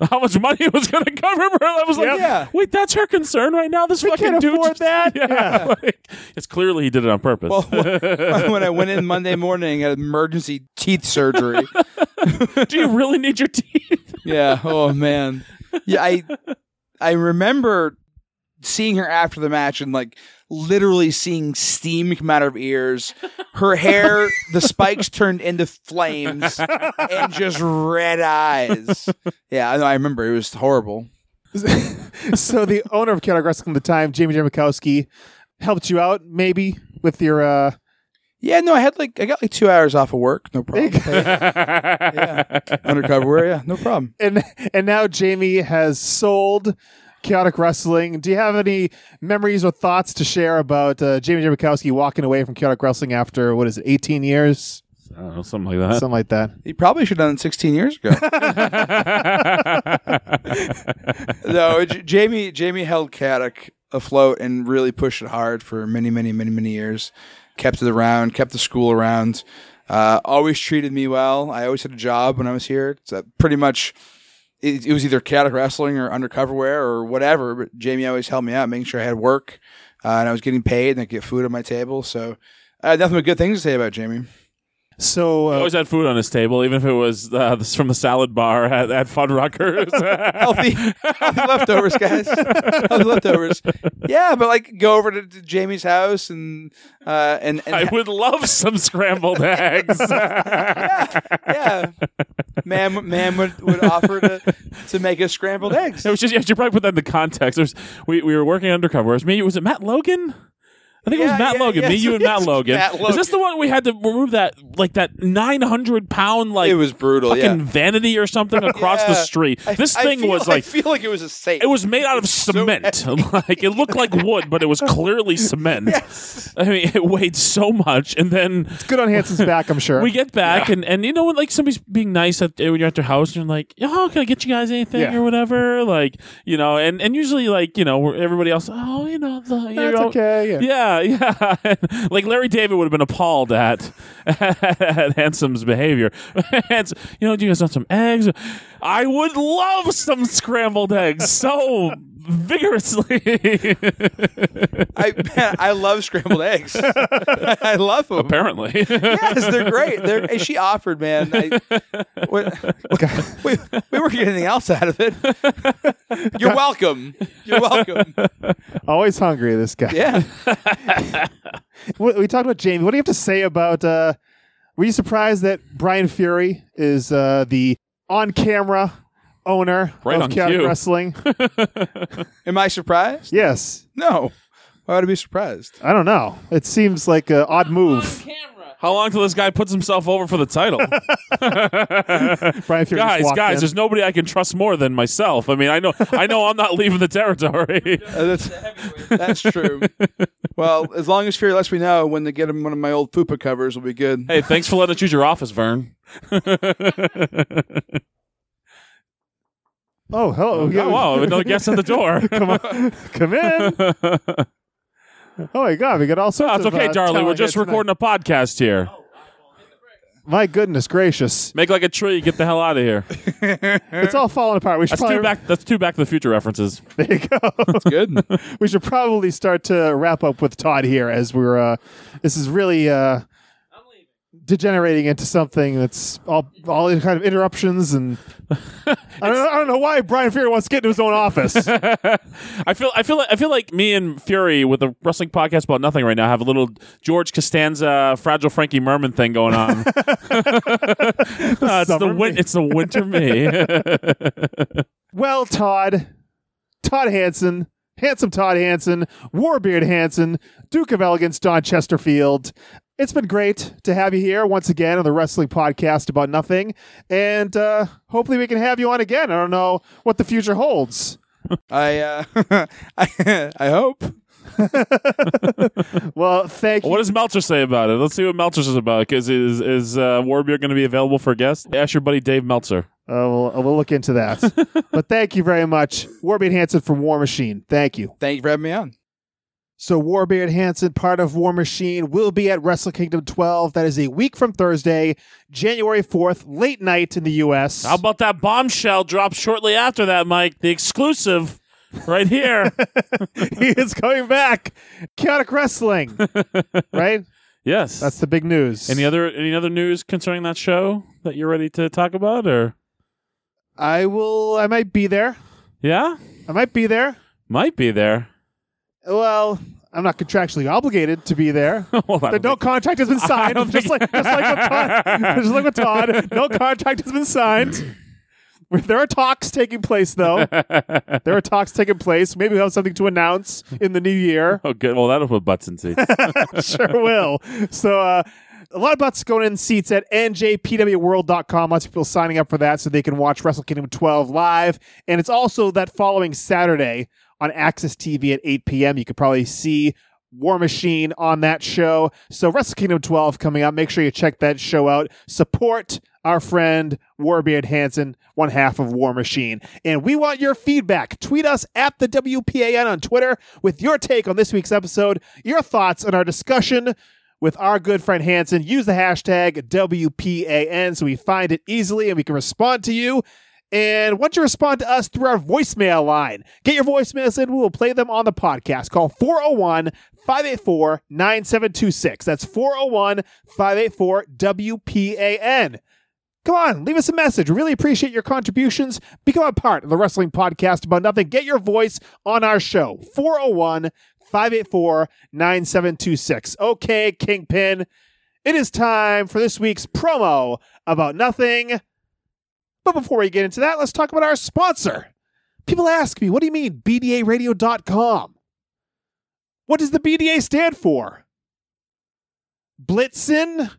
F: how much money it was going to cover her. I was like,
G: Yeah.
F: wait, that's her concern right now. This fucking
E: can't
F: dude
E: afford
F: just-
E: that?
F: Yeah, like, it's clearly he did it on purpose.
G: Well, when when I went in Monday morning, I had emergency teeth surgery.
F: Do you really need your teeth?
G: yeah. Oh man. Yeah, I I remember seeing her after the match and like literally seeing steam come out of her ears. Her hair, the spikes turned into flames and just red eyes. Yeah, I know. I remember it was horrible.
E: so the owner of Chaotic Wrestling at the time, Jamie J. Mikowski, helped you out maybe with your uh
G: Yeah, no, I had like I got like two hours off of work. No problem. yeah. Undercover wear, yeah, no problem.
E: and and now Jamie has sold Chaotic Wrestling. Do you have any memories or thoughts to share about uh, Jamie J. Mikowski walking away from Chaotic Wrestling after what is it, eighteen years,
F: I don't know, something like
E: something like that?
G: He probably should have done it 16 years ago. no, J- Jamie Jamie held Caddick afloat and really pushed it hard for many, many, many, many years. Kept it around, kept the school around. Uh, always treated me well. I always had a job when I was here. So pretty much, it, it was either Caddick wrestling or undercover wear or whatever. But Jamie always helped me out, making sure I had work uh, and I was getting paid and I could get food on my table. So I had nothing but good things to say about Jamie.
E: So uh,
F: Always had food on his table, even if it was uh, this from the salad bar at, at Fun Rockers.
G: healthy, healthy leftovers, guys. healthy leftovers. Yeah, but like go over to, to Jamie's house and uh and, and
F: I would love some scrambled eggs.
G: yeah, ma'am, ma'am would, would offer to to make us scrambled eggs.
F: It was just you should probably put that in the context. There's we, we were working undercover. It was me. Was it Matt Logan? I think it
G: Yeah,
F: was Matt
G: yeah,
F: Logan.
G: yes,
F: me, you, and
G: yes,
F: Matt Logan.
G: Matt
F: Is this
G: Logan.
F: the one we had to remove that like that 900 pound like
G: It was brutal, yeah.
F: fucking vanity or something across the
G: Yeah.
F: street?
G: I-
F: This
G: I
F: thing
G: feel-
F: was
G: I
F: like
G: feel like it was a safe.
F: it was made out of cement. like it looked like wood, but it was clearly cement. I mean, it weighed so much, and then
E: good on Hanson's back, I'm sure.
F: we get back, and, and you know when like somebody's being nice at when you're at their house, and you're like, oh, can I get you guys anything
E: Yeah.
F: or whatever? Like, you know, and, and usually like you know we're- everybody else, oh, you know, the, you
E: That's
F: know,
E: okay, yeah.
F: yeah, yeah, yeah. like Larry David would have been appalled at, at Handsome's behavior. Hans- you know, do you guys want some eggs? I would love some scrambled eggs so vigorously.
G: I man, I love scrambled eggs. I love them.
F: Apparently,
G: Yes, they're great. They're, hey, she offered, man. I, what, we, we weren't getting anything else out of it. You're welcome. You're welcome.
E: Always hungry, this guy.
G: Yeah.
E: We, we talked about Jamie. What do you have to say about? Uh, were you surprised that Brian Fury is uh, the on-camera owner
F: Right
E: of
F: on
E: Chaotic
F: cue.
E: Wrestling?
G: Am I surprised?
E: yes.
G: No. Why would I be surprised?
E: I don't know. It seems like an odd move.
F: how long till this guy puts himself over for the title?
E: Brian Fury just
F: guys,
E: walked
F: guys,
E: in.
F: there's nobody I can trust more than myself. I mean, I know, I know, I'm not leaving the territory.
G: Uh, that's, that's true. Well, as long as Fury lets me know when they get him one of my old Fupa covers, will be good.
F: hey, thanks for letting us use your office, Vern.
E: oh, hello. Yeah.
F: Oh, wow, another guest at the door.
E: Come on. Come in. Oh my God, we got all sorts
F: No, it's
E: of.
F: okay,
E: uh,
F: darling. We're
E: talent here
F: just
E: tonight.
F: recording a podcast here.
E: My goodness gracious,
F: Make like a tree. Get the hell out of here.
E: it's all falling apart. We should
F: That's
E: probably
F: two back. That's two Back to the Future references.
E: There you go.
G: It's good.
E: we should probably start to wrap up with Todd here as we're uh this is really uh degenerating into something that's all all in kind of interruptions and I don't, know, I don't know why Brian Fury wants to get into his own office.
F: I feel. I feel. Like, I feel like me and Fury with the wrestling podcast about nothing right now have a little George Costanza, fragile Frankie Merman thing going on. Uh, it's the
E: Summer
F: win-
E: me.
F: It's the winter me.
E: well, Todd, Todd Hanson, handsome Todd Hanson, Warbeard Hanson, Duke of Elegance Don Chesterfield. It's been great to have you here once again on the wrestling podcast about nothing, and uh, hopefully we can have you on again. I don't know what the future holds.
G: I, uh, I, I hope.
E: Well, thank you.
F: what does Meltzer say about it? Let's see what Meltzer says about it. Because is is uh, Warbeard going to be available for guests? Ask your buddy Dave Meltzer.
E: Uh, we'll, uh, we'll look into that. but thank you very much, Warbeard Hanson from War Machine. Thank you.
G: Thank you for having me on.
E: So Warbeard Hanson, part of War Machine, will be at Wrestle Kingdom 12. That is a week from Thursday, January 4th, late night in the U.S.
F: How about that bombshell drop shortly after that, Mike? The exclusive, right here.
E: he is coming back. Chaotic Wrestling, right?
F: yes.
E: That's the big news.
F: Any other any other news concerning that show that you're ready to talk about or
E: I will. I might be there.
F: yeah?
E: I might be there.
F: Might be there.
E: Well, I'm not contractually obligated to be there.
F: Well,
E: That
F: I
E: no
F: don't
E: contract has been signed.
F: don't
E: Just
F: think-
E: like just like with Todd, just like with Todd, no contract has been signed. There are talks taking place, though. there are talks taking place. Maybe we'll have something to announce in the new year.
F: Oh, good. Well, that'll put butts in seats.
E: Sure will. So, uh, a lot of butts going in seats at njpwworld.com. Lots of people signing up for that so they can watch Wrestle Kingdom 12 live. And it's also that following Saturday on Access TV at 8 p.m. You could probably see War Machine on that show. So Wrestle Kingdom 12 coming up. Make sure you check that show out. Support our friend Warbeard Hansen, one half of War Machine. And we want your feedback. Tweet us at the WPAN on Twitter with your take on this week's episode, your thoughts on our discussion with our good friend Hansen. Use the hashtag WPAN so we find it easily and we can respond to you. And once you respond to us through our voicemail line, get your voicemails in. We will play them on the podcast. Call 401 584 9726. That's 401 584 WPAN. Come on, leave us a message. We Really appreciate your contributions. Become a part of the Wrestling Podcast About Nothing. Get your voice on our show. 401 584 9726. Okay, Kingpin, it is time for this week's promo about nothing. But before we get into that, let's talk about our sponsor. People ask me, what do you mean, BDAradio.com? What does the BDA stand for? Blitzen,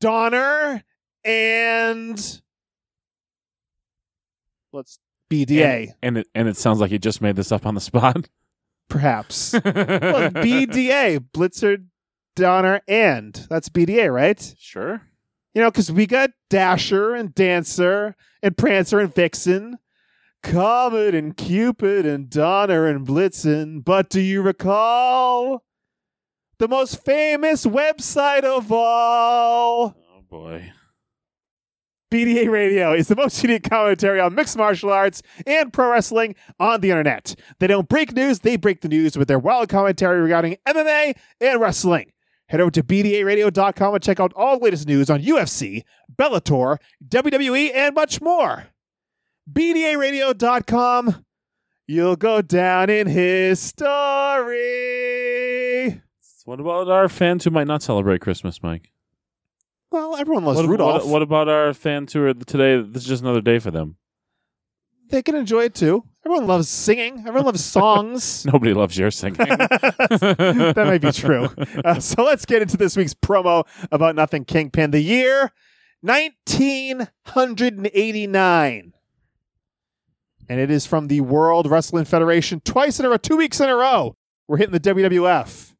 E: Donner, and let's BDA,
F: And, and it and it sounds like you just made this up on the spot.
E: perhaps. well, BDA, Blitzer, Donner, and that's BDA, right?
F: Sure.
E: You know, because we got Dasher and Dancer and Prancer and Vixen, Comet and Cupid and Donner and Blitzen. But do you recall the most famous website of all.
F: Oh boy.
E: BDA Radio is the most unique commentary on mixed martial arts and pro wrestling on the internet. They don't break news, they break the news with their wild commentary regarding MMA and wrestling. Head over to BDARadio.com and check out all the latest news on UFC, Bellator, WWE, and much more. BDARadio.com. You'll go down in history.
F: What about our fans who might not celebrate Christmas, Mike?
E: Well, everyone loves
F: What,
E: Oh, Rudolph.
F: what, what about our fans who are today? This is just another day for them.
E: they can enjoy it too. Everyone loves singing. Everyone loves songs.
F: Nobody loves your singing.
E: that might be true. Uh, so let's get into this week's promo about Nothing Kingpin. The year 1989. And it is from the World Wrestling Federation twice in a row, two weeks in a row. We're hitting the WWF.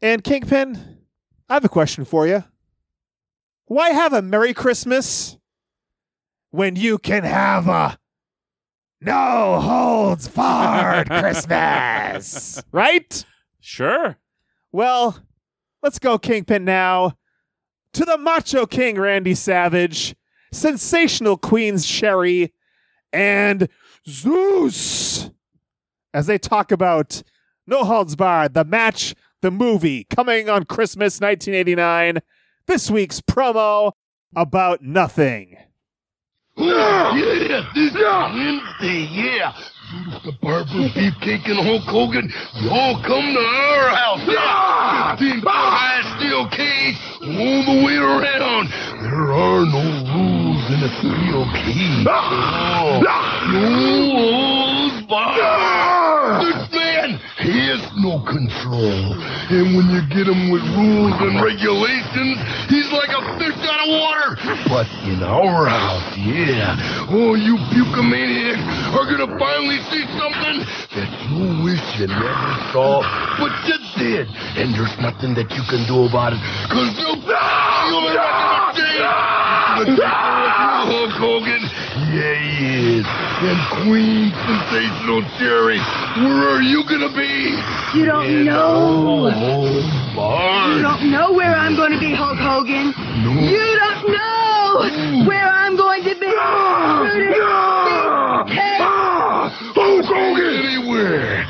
E: And Kingpin, I have a question for you. Why have a Merry Christmas when you can have a no holds barred Christmas? right?
F: sure.
E: Well, let's go Kingpin now to the Macho King Randy Savage, Sensational Queens Sherry, and Zeus as they talk about No Holds Barred, the match, the movie coming on Christmas 1989. This week's promo about nothing.
I: Yeah, this Wednesday, yeah. Judas the Barber, Beefcake, and Hulk Hogan, you all come to our house. Yeah. Ah. 15 foot high steel cage all the way around. There are no rules in a steel cage. Oh, no rules, bar. This man has no control. And when you get him with rules and regulations, he's like a fish out of water. But in our house, yeah, all you pukemaniacs are gonna finally see something that you wish you never saw, but you did. And there's nothing that you can do about it, cause you, you're not gonna change. Hulk Hogan, yeah, he is. And Queen Sensational Jerry, where are you gonna be?
D: You don't know.
I: Oh,
D: You
I: Lord.
D: don't know where I'm going to be, Hulk Hogan. You don't know where I'm going to be.
I: Ah,
D: Brutus Beefcake.
I: Hulk Hogan! Anywhere!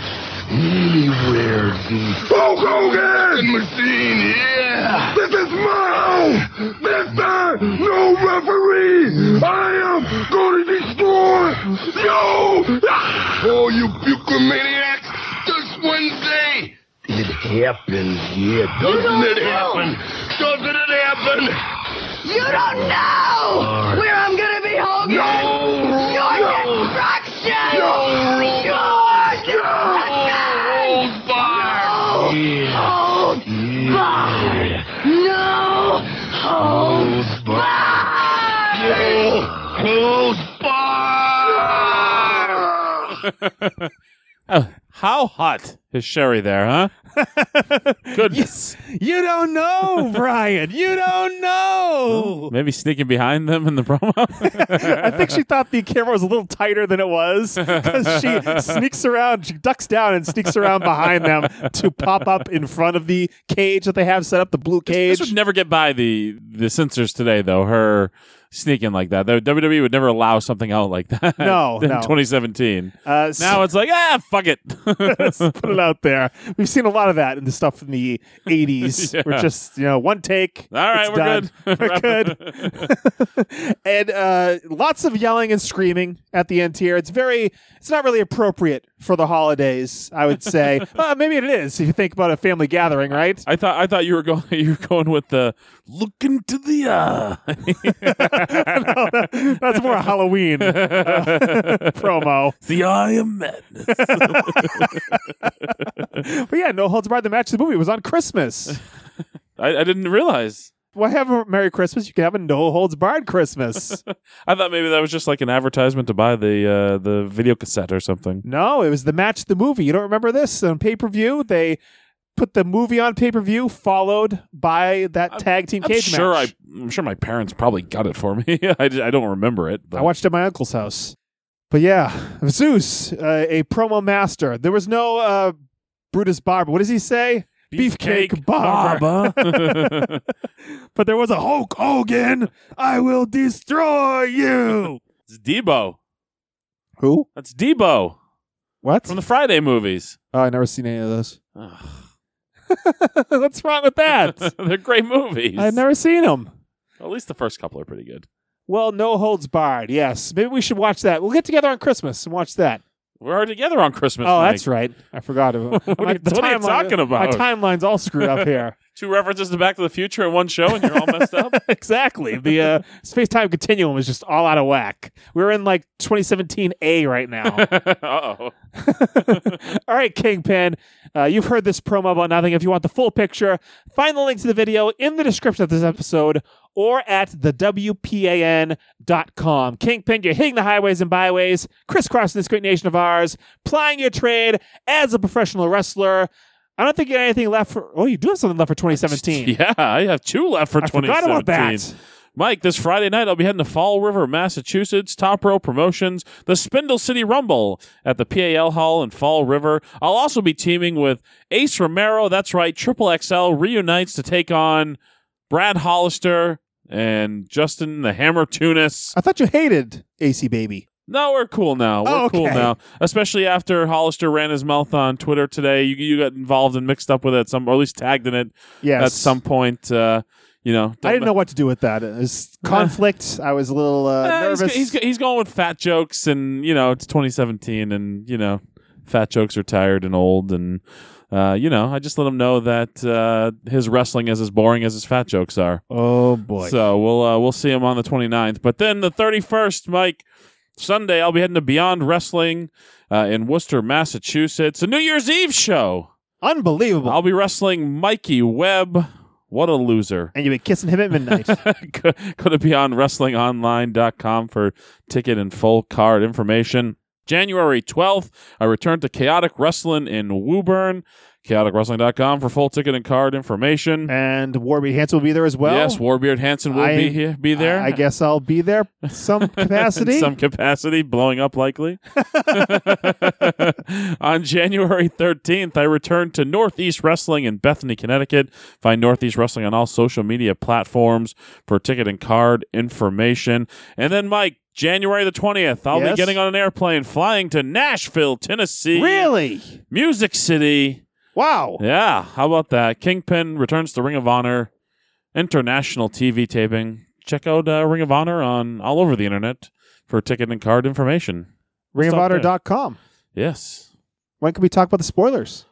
I: Anywhere, dude. Hulk Hogan! Machine, yeah! This is my house! This time, no referee! I am gonna destroy you! Oh, you pukemaniacs! This Wednesday! It happens, yeah. Doesn't it happen? Doesn't it happen?
D: You don't know where I'm going to be, Hogan. Your destruction. Your destruction. Hold back. No. Hold back.
F: Oh, how hot is Sherry there, huh? Goodness.
E: You don't know, Brian. You don't know.
F: Maybe sneaking behind them in the promo.
E: I think she thought the camera was a little tighter than it was because she sneaks around, she ducks down and sneaks around behind them to pop up in front of the cage that they have set up, the blue cage.
F: this would never get by the the censors today, though. Her sneaking like that. The WWE would never allow something out like that.
E: No,
F: in
E: no.
F: 2017.
E: Uh, so-
F: now it's like ah, fuck it.
E: Let's put it out there. We've seen a lot of that in the stuff in the 80s.
F: Yeah.
E: We're just, you know, one take.
F: All right,
E: it's
F: we're
E: done.
F: good.
E: We're good. and uh, lots of yelling and screaming at the end here. It's very, it's not really appropriate for the holidays, I would say. uh, maybe it is if you think about a family gathering, right?
F: I thought I thought you were going you were going with the look into the eye.
E: That's more a Halloween uh, promo.
F: the eye of madness.
E: But yeah, No Holds Barred, the match of the movie was on Christmas.
F: I, I didn't realize.
E: Why have a Merry Christmas? You can have a No Holds Barred Christmas.
F: I thought maybe that was just like an advertisement to buy the uh, the video cassette or something.
E: No, it was the match, the movie. You don't remember this on pay per view? They put the movie on pay per view, followed by that tag team
F: I'm
E: cage
F: sure
E: match.
F: I, am sure my parents probably got it for me. I, d- I don't remember it. But
E: I watched it at my uncle's house. But yeah, Zeus, uh, a promo master. There was no uh, Brutus Barber. What does he say? Beefcake,
F: Beefcake
E: Barber. But there was a Hulk Hogan. I will destroy you.
F: it's Debo.
E: Who?
F: That's Debo
E: What?
F: from the Friday movies.
E: Oh, I never seen any of those.
F: Ugh.
E: What's wrong with that?
F: They're great movies.
E: I've never seen them.
F: At least the first couple are pretty good.
E: Well, No Holds Barred. Yes, maybe we should watch that. We'll get together on Christmas and watch that.
F: We're already together on Christmas.
E: oh,
F: Mike.
E: that's right. I forgot. About,
F: What are you- what are you talking about?
E: My timeline's all screwed up here.
F: Two references to Back to the Future in one show, and you're all messed up.
E: exactly. The uh, space time continuum is just all out of whack. We're in like 2017 A right now.
F: uh oh.
E: all right, Kingpin. Uh, you've heard this promo about nothing. If you want the full picture, find the link to the video in the description of this episode or at the WPAN.com. Kingpin, you're hitting the highways and byways, crisscrossing this great nation of ours, plying your trade as a professional wrestler. I don't think you got anything left for. Oh, you do have something left for 2017.
F: Yeah, I have two left for
E: I
F: 2017.
E: forgot about that.
F: Mike, this Friday night I'll be heading to Fall River, Massachusetts, Top Row Promotions, the Spindle City Rumble at the PAL Hall in Fall River. I'll also be teaming with Ace Romero. That's right, Triple XL reunites to take on Brad Hollister and Justin the Hammer Tunis.
E: I thought you hated AC Baby.
F: No, we're cool now. We're
E: Oh,
F: cool
E: okay.
F: now. Especially after Hollister ran his mouth on Twitter today. You you got involved and mixed up with it at some or at least tagged in it
E: Yes.
F: at some point. Uh, you know,
E: I didn't know what to do with that. It was conflict. I was a little uh,
F: Eh, he's-
E: nervous.
F: He's, he's going with fat jokes, and you know it's 2017, and you know fat jokes are tired and old, and uh, you know I just let him know that uh, his wrestling is as boring as his fat jokes are.
E: oh boy.
F: So we'll uh, we'll see him on the 29th. But then the 31st, Mike, Sunday, I'll be heading to Beyond Wrestling uh, in Worcester, Massachusetts, a New Year's Eve show.
E: Unbelievable.
F: I'll be wrestling Mikey Webb. What a loser.
E: and you've been kissing him at midnight.
F: go go to beyondwrestlingonline.com for ticket and full card information. January 12th, I return to Chaotic Wrestling in Woburn. ChaoticWrestling.com for full ticket and card information.
E: and Warby Hanson will be there as well.
F: yes, Warbeard Hanson will
E: I-
F: be here, be there.
E: I, I guess I'll be there some capacity.
F: In some capacity, blowing up likely. On January 13th, I returned to Northeast Wrestling in Bethany, Connecticut. Find Northeast Wrestling on all social media platforms for ticket and card information. And then, Mike, January the 20th, I'll
E: Yes.
F: be getting on an airplane flying to Nashville, Tennessee.
E: really?
F: Music City.
E: Wow.
F: Yeah, how about that? Kingpin returns to Ring of Honor international TV taping. Check out uh, Ring of Honor on all over the internet for ticket and card information. Stop there.
E: Ringofhonor.com.
F: Yes,
E: When can we talk about the spoilers?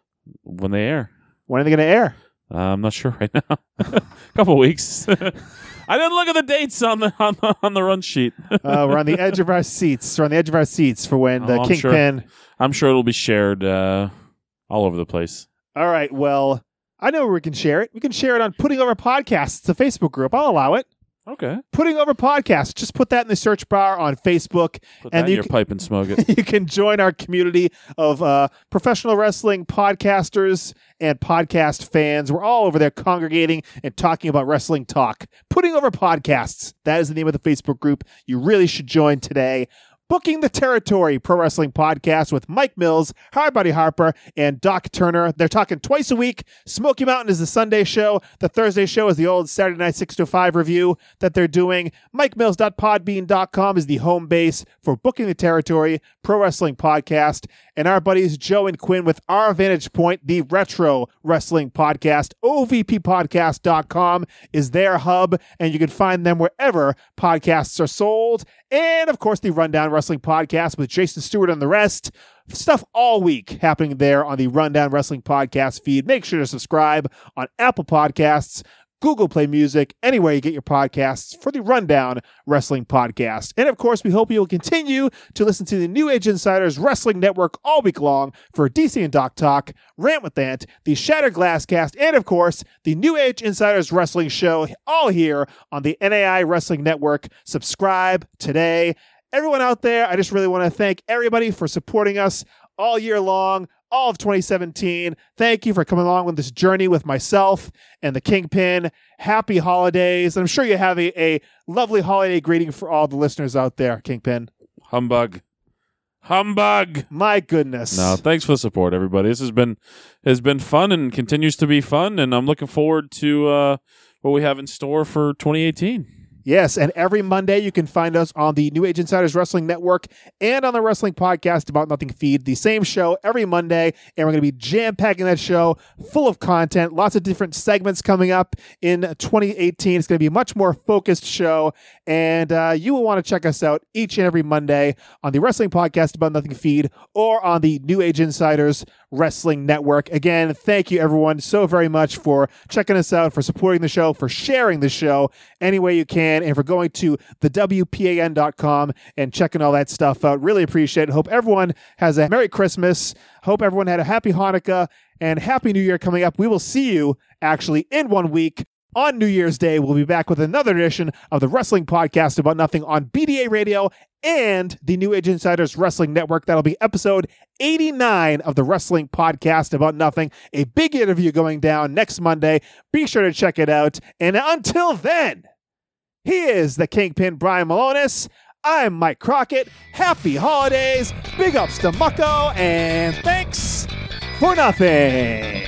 F: when they air.
E: When are they going to air?
F: Uh, I'm not sure right now. couple weeks. I didn't look at the dates on the on the, on the run sheet.
E: Uh, we're on the edge of our seats. We're on the edge of our seats for when the
F: Oh, I'm sure.
E: Kingpin.
F: I'm sure it'll be shared uh, all over the place.
E: All right. Well, I know where we can share it. We can share it on Putting Over Podcasts, the Facebook group. I'll allow it.
F: Okay,
E: Putting Over Podcasts. Just put that in the search bar on Facebook, and
F: put that in
E: you
F: your
E: can,
F: pipe and smoke it.
E: you can join our community of uh, professional wrestling podcasters and podcast fans. We're all over there congregating and talking about wrestling talk. Putting over podcasts. That is the name of the Facebook group. You really should join today. Booking the Territory Pro Wrestling Podcast with Mike Mills, Hardbody Harper, and Doc Turner. They're talking twice a week. Smoky Mountain is the Sunday show. The Thursday show is the old Saturday Night 6 to 5 review that they're doing. MikeMills.podbean.com is the home base for Booking the Territory Pro Wrestling Podcast. And our buddies Joe and Quinn with Our Vantage Point, the Retro Wrestling Podcast. OVPpodcast.com is their hub, and you can find them wherever podcasts are sold. And of course, the Rundown Wrestling Podcast with Jason Stewart and the rest. Stuff all week happening there on the Rundown Wrestling Podcast feed. Make sure to subscribe on Apple Podcasts. Google Play Music, anywhere you get your podcasts for the Rundown Wrestling Podcast. And of course, we hope you'll continue to listen to the New Age Insiders Wrestling Network all week long for DC and Doc Talk, Rant with Ant, the Shattered Glass Cast, and of course, the New Age Insiders Wrestling Show, all here on the NAI Wrestling Network. Subscribe today. Everyone out there, I just really want to thank everybody for supporting us all year long, all of 2017. Thank you for coming along with this journey with myself and the Kingpin. Happy holidays. I'm sure you have a, a lovely holiday greeting for all the listeners out there, Kingpin.
F: Humbug. Humbug.
E: My goodness.
F: No, thanks for the support, everybody. This has been has been fun and continues to be fun, and I'm looking forward to uh, what we have in store for 2018.
E: Yes, and every Monday you can find us on the New Age Insiders Wrestling Network and on the Wrestling Podcast About Nothing feed. The same show every Monday, and we're going to be jam packing that show full of content, lots of different segments coming up in 2018. It's going to be a much more focused show, and uh, you will want to check us out each and every Monday on the Wrestling Podcast About Nothing feed or on the New Age Insiders Wrestling Network. Again, thank you everyone so very much for checking us out, for supporting the show, for sharing the show any way you can, and for going to the WPAN.com and checking all that stuff out. Really appreciate it. Hope everyone has a Merry Christmas. Hope everyone had a happy Hanukkah and Happy New Year coming up. We will see you actually in one week. On New Year's Day, we'll be back with another edition of the Wrestling Podcast About Nothing on BDA Radio and the New Age Insiders Wrestling Network. That'll be episode 89 of the Wrestling Podcast About Nothing. A big interview going down next Monday. Be sure to check it out. And until then, he is the Kingpin Brian Malonis. I'm Mike Crockett. Happy holidays. Big ups to Mucko. And thanks for nothing.